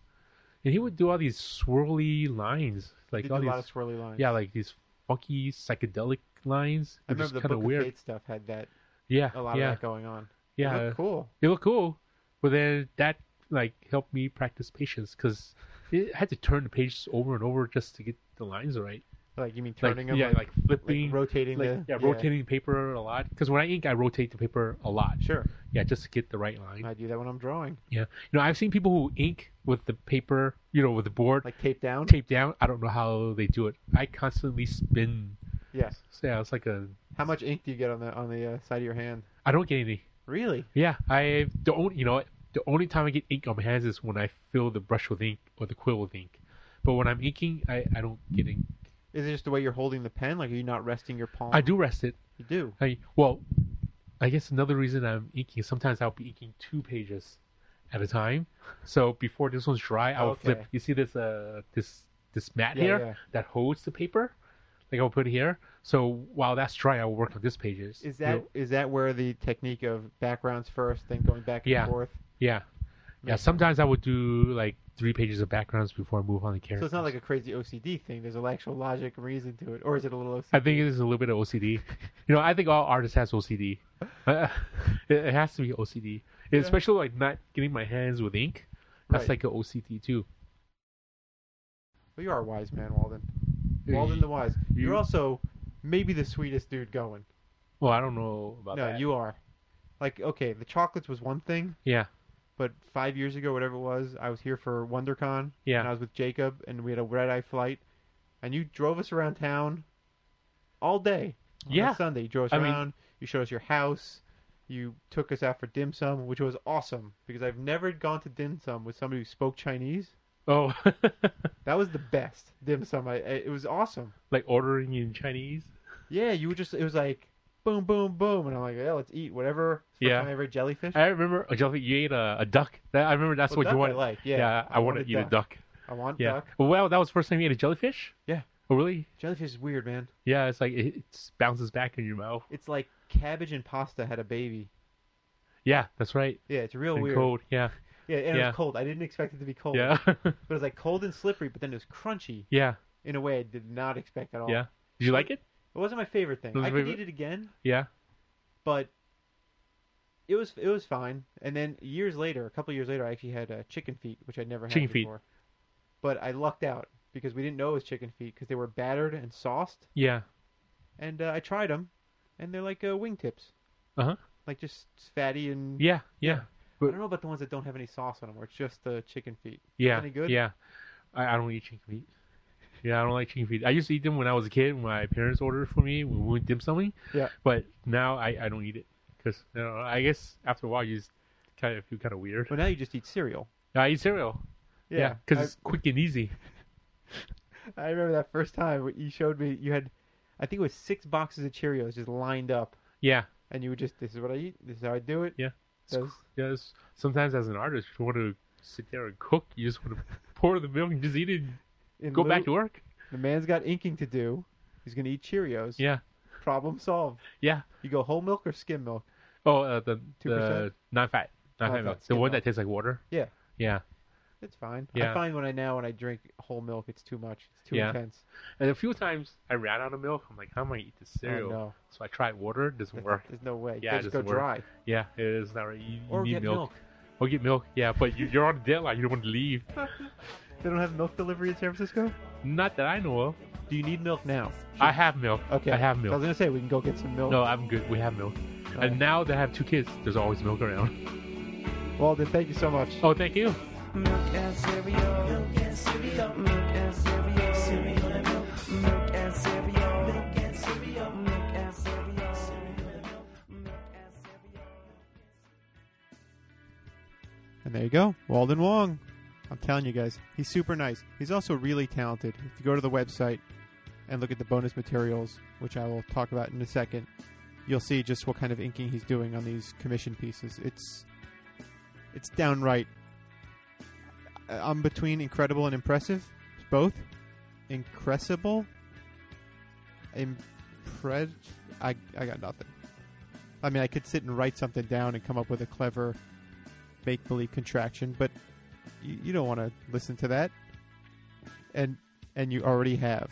C: And he would do all these swirly lines, like
A: You do
C: all
A: a
C: these
A: lot of swirly lines.
C: yeah, like these funky psychedelic lines.
A: I
C: which is
A: remember the
C: kind of
A: Book
C: weird.
A: of Fate stuff had that
C: yeah,
A: a lot
C: yeah,
A: of that going on. It
C: yeah.
A: looked cool.
C: They look cool, but then that like helped me practice patience because I had to turn the pages over and over just to get the lines right.
A: Like you mean
C: Like,
A: turning them?
C: yeah, like flipping,
A: rotating
C: like,
A: the-
C: yeah,
A: yeah.
C: rotating the paper a lot. Because when I ink, I rotate the paper a lot.
A: sure.
C: Yeah, just to get the right line.
A: I do that when I'm drawing,
C: Yeah, you know, I've seen people who ink with the paper, you know, with the board
A: like tape down.
C: taped down. I don't know how they do it. I constantly spin.
A: Yes.
C: So, yeah, it's like a.
A: How much ink do you get on the on the uh, side of your hand?
C: I don't get any.
A: Really?
C: Yeah, I the only you know what? the only time I get ink on my hands is when I fill the brush with ink or the quill with ink. But when I'm inking, I, I don't get ink.
A: Is it just the way you're holding the pen? Like are you not resting your palm?
C: I do rest it.
A: You do.
C: I well, I guess another reason I'm inking is sometimes I'll be inking two pages at
A: [LAUGHS]
C: a time. So before this one's dry, I will
A: Okay.
C: flip. You see this uh this this mat
A: Yeah,
C: here
A: yeah.
C: that holds the paper. Like I'll put it here. So while that's dry, I will work on this pages.
A: Is
C: You
A: that is
C: know,
A: that where the technique of backgrounds first, then going back and
C: Yeah.
A: forth?
C: yeah. Yeah,
A: Makes
C: sometimes I would do like three pages of backgrounds before I move on to characters.
A: So it's not like a crazy OCD thing. There's an actual logic and reason to it, or is it a little OCD?
C: I think it is a little bit of OCD. You know, I think all artists has OCD. Uh, [LAUGHS] it, it has to be OCD, And especially like not getting my hands with ink. That's
A: Right.
C: like an OCD too.
A: Well, you are a wise man, Walden. Walden the wise.
C: you-
A: You're also maybe the sweetest dude going.
C: Well, I don't know about
A: no,
C: that.
A: you are. Like okay, the chocolates was one thing.
C: Yeah,
A: but five years ago, whatever it was, I was here for WonderCon.
C: Yeah.
A: And I was with Jacob, and we had a red eye flight, and you drove us around town all day. on a
C: Yeah.
A: Sunday, you drove us
C: I mean-
A: around. you showed us your house. You took us out for dim sum, which was awesome because I've never gone to dim sum with somebody who spoke Chinese.
C: Oh, [LAUGHS]
A: That was the best dim sum. I, I- it was awesome.
C: like ordering in Chinese.
A: Yeah, you were just it was like boom, boom, boom, and I'm like, yeah, let's eat whatever. It's the first
C: Yeah.
A: time I ever ate jellyfish.
C: I remember oh, Jelly, you ate a, a duck. That, I remember that's
A: Well,
C: what
A: duck
C: you
A: I
C: wanted.
A: like, yeah.
C: I,
A: I
C: wanted
A: wanted
C: to eat a
A: duck.
C: duck.
A: I want
C: Yeah.
A: duck.
C: Well, that was the first time you ate a jellyfish.
A: Yeah.
C: Oh, really?
A: Jellyfish is weird, man.
C: Yeah, it's like it, it bounces back in your mouth.
A: It's like cabbage and pasta had a baby.
C: Yeah, that's right.
A: Yeah, it's real
C: and
A: weird.
C: cold. Yeah,
A: Yeah, and it
C: Yeah.
A: was cold. I didn't expect it to be cold.
C: yeah, [LAUGHS]
A: But it was like cold and slippery, but then it was crunchy
C: yeah,
A: in a way I did not expect at all.
C: yeah. Did you like it?
A: It wasn't my favorite thing.
C: It was
A: I
C: your
A: could eat
C: favorite-
A: it again,
C: Yeah.
A: but it was it was fine. And then years later, a couple years later, I actually had uh, chicken feet, which I'd never
C: Chicken
A: had
C: feet.
A: before. But I lucked out because we didn't know it was chicken feet because they were battered and sauced.
C: Yeah.
A: And uh, I tried them, and they're like uh, wingtips,
C: Uh-huh.
A: like just fatty and
C: Yeah. Yeah.
A: I
C: But-
A: don't know about the ones that don't have any sauce on them, or it's just the chicken feet.
C: Yeah.
A: Any good?
C: Yeah. I, I don't eat chicken feet. Yeah, I don't like chicken feet. I used to eat them when I was a kid. When my parents ordered for me when we went dim summing.
A: Yeah.
C: But now I, I don't eat it because you know, I guess after a while you just kind of feel kind of weird.
A: Well, now you just eat cereal.
C: I eat cereal. Yeah. Because it's quick and easy.
A: I, I remember that first time when you showed me you had. I think it was six boxes of Cheerios just lined up,
C: Yeah.
A: and you would just this is what I eat, this is how I do it.
C: Yeah.
A: Those-
C: Yes. Sometimes as an artist, you want to sit there and cook. You just want to [LAUGHS] pour the milk and just eat it. And
A: in
C: go
A: lieu-
C: back to work.
A: The man's got inking to do. He's gonna eat Cheerios.
C: Yeah.
A: Problem solved.
C: Yeah.
A: You go whole milk or skim milk.
C: Oh, uh, the the
A: 2%?
C: non-fat, non-fat
A: Non-fat
C: milk, the
A: skim milk.
C: one that tastes like water.
A: Yeah.
C: Yeah.
A: It's fine. I
C: Yeah.
A: find when I now when I drink whole milk, it's too much. It's too
C: Yeah.
A: intense.
C: And a few times I ran out of milk. I'm like, how am I gonna eat this cereal?
A: Oh, no,
C: So I tried water. It doesn't
A: That's- [LAUGHS]
C: work.
A: There's no way.
C: Yeah,
A: they
C: it
A: just go
C: doesn't work.
A: dry
C: Yeah, it is not right. You, you
A: or
C: need
A: get milk.
C: milk. Or get milk. Yeah, but you, you're on a deadline. You don't want to leave.
A: They don't have milk delivery in San Francisco.
C: Not that I know of.
A: Do you need milk now?
C: I have milk.
A: Okay.
C: I have
A: I was
C: milk.
A: gonna say we can go get some milk.
C: No, I'm good. We have milk.
A: Alright.
C: And now that I have two kids, there's always milk around. [LAUGHS]
A: Well, then thank you so much.
C: Oh, thank you.
A: Uh,
D: Milk and cereal, milk and cereal, milk and cereal, cereal and milk, milk and cereal, milk and cereal, milk and cereal, cereal and milk, milk and cereal.
A: And there you go, Walden Wong. I'm telling you guys, he's super nice. He's also really talented. If you go to the website and look at the bonus materials, which I will talk about in a second, you'll see just what kind of inking he's doing on these commission pieces. It's it's downright. I- I'm between incredible and impressive, It's both. Incredible, impred. I I got nothing. I mean, I could sit and write something down and come up with a clever make believe contraction, but you, you don't want to listen to that, and and you already have.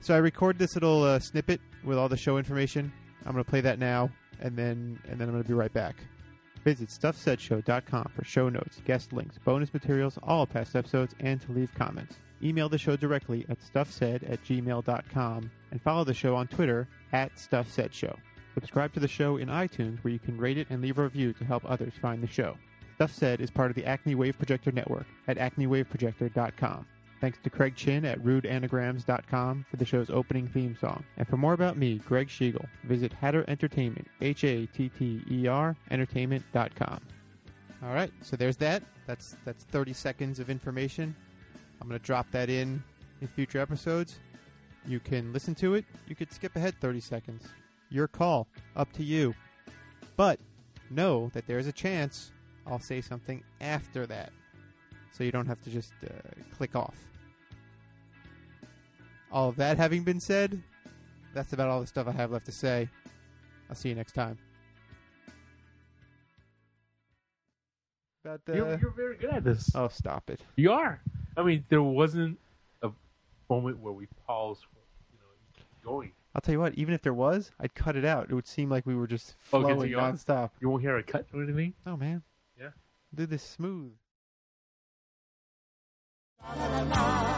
A: So I record this little uh, snippet with all the show information. I'm going to play that now, and then and then I'm going to be right back. Visit stuffsaidshow.com for show notes, guest links, bonus materials, all past episodes, and to leave comments. Email the show directly at stuffsaid at gmail.com and follow the show on Twitter at stuffsaidshow. Subscribe to the show in iTunes where you can rate it and leave a review to help others find the show. Stuff Said is part of the Acne Wave Projector Network at acnewaveprojector.com. Thanks to Craig Chin at rudeanagrams.com for the show's opening theme song. And for more about me, Greg Schiegel, visit Hatter Entertainment, H A T T E R, entertainment.com. All right, so there's that. That's that's 30 seconds of information. I'm going to drop that in in future episodes. You can listen to it. You could skip ahead 30 seconds. Your call, up to you. But know that there's a chance I'll say something after that. So you don't have to just uh, click off. All of that having been said, that's about all the stuff I have left to say. I'll see you next time. About the...
C: You're, you're very good at this.
A: Oh, stop it.
C: You are. I mean, there wasn't a moment where we paused. For, you know, you keep going.
A: I'll tell you what, even if there was, I'd cut it out. It would seem like we were just
C: Oh, good to
A: flowing
C: go.
A: nonstop.
C: You won't hear a cut or anything.
A: No, man.
C: Yeah.
A: Do this smooth.
D: La la la la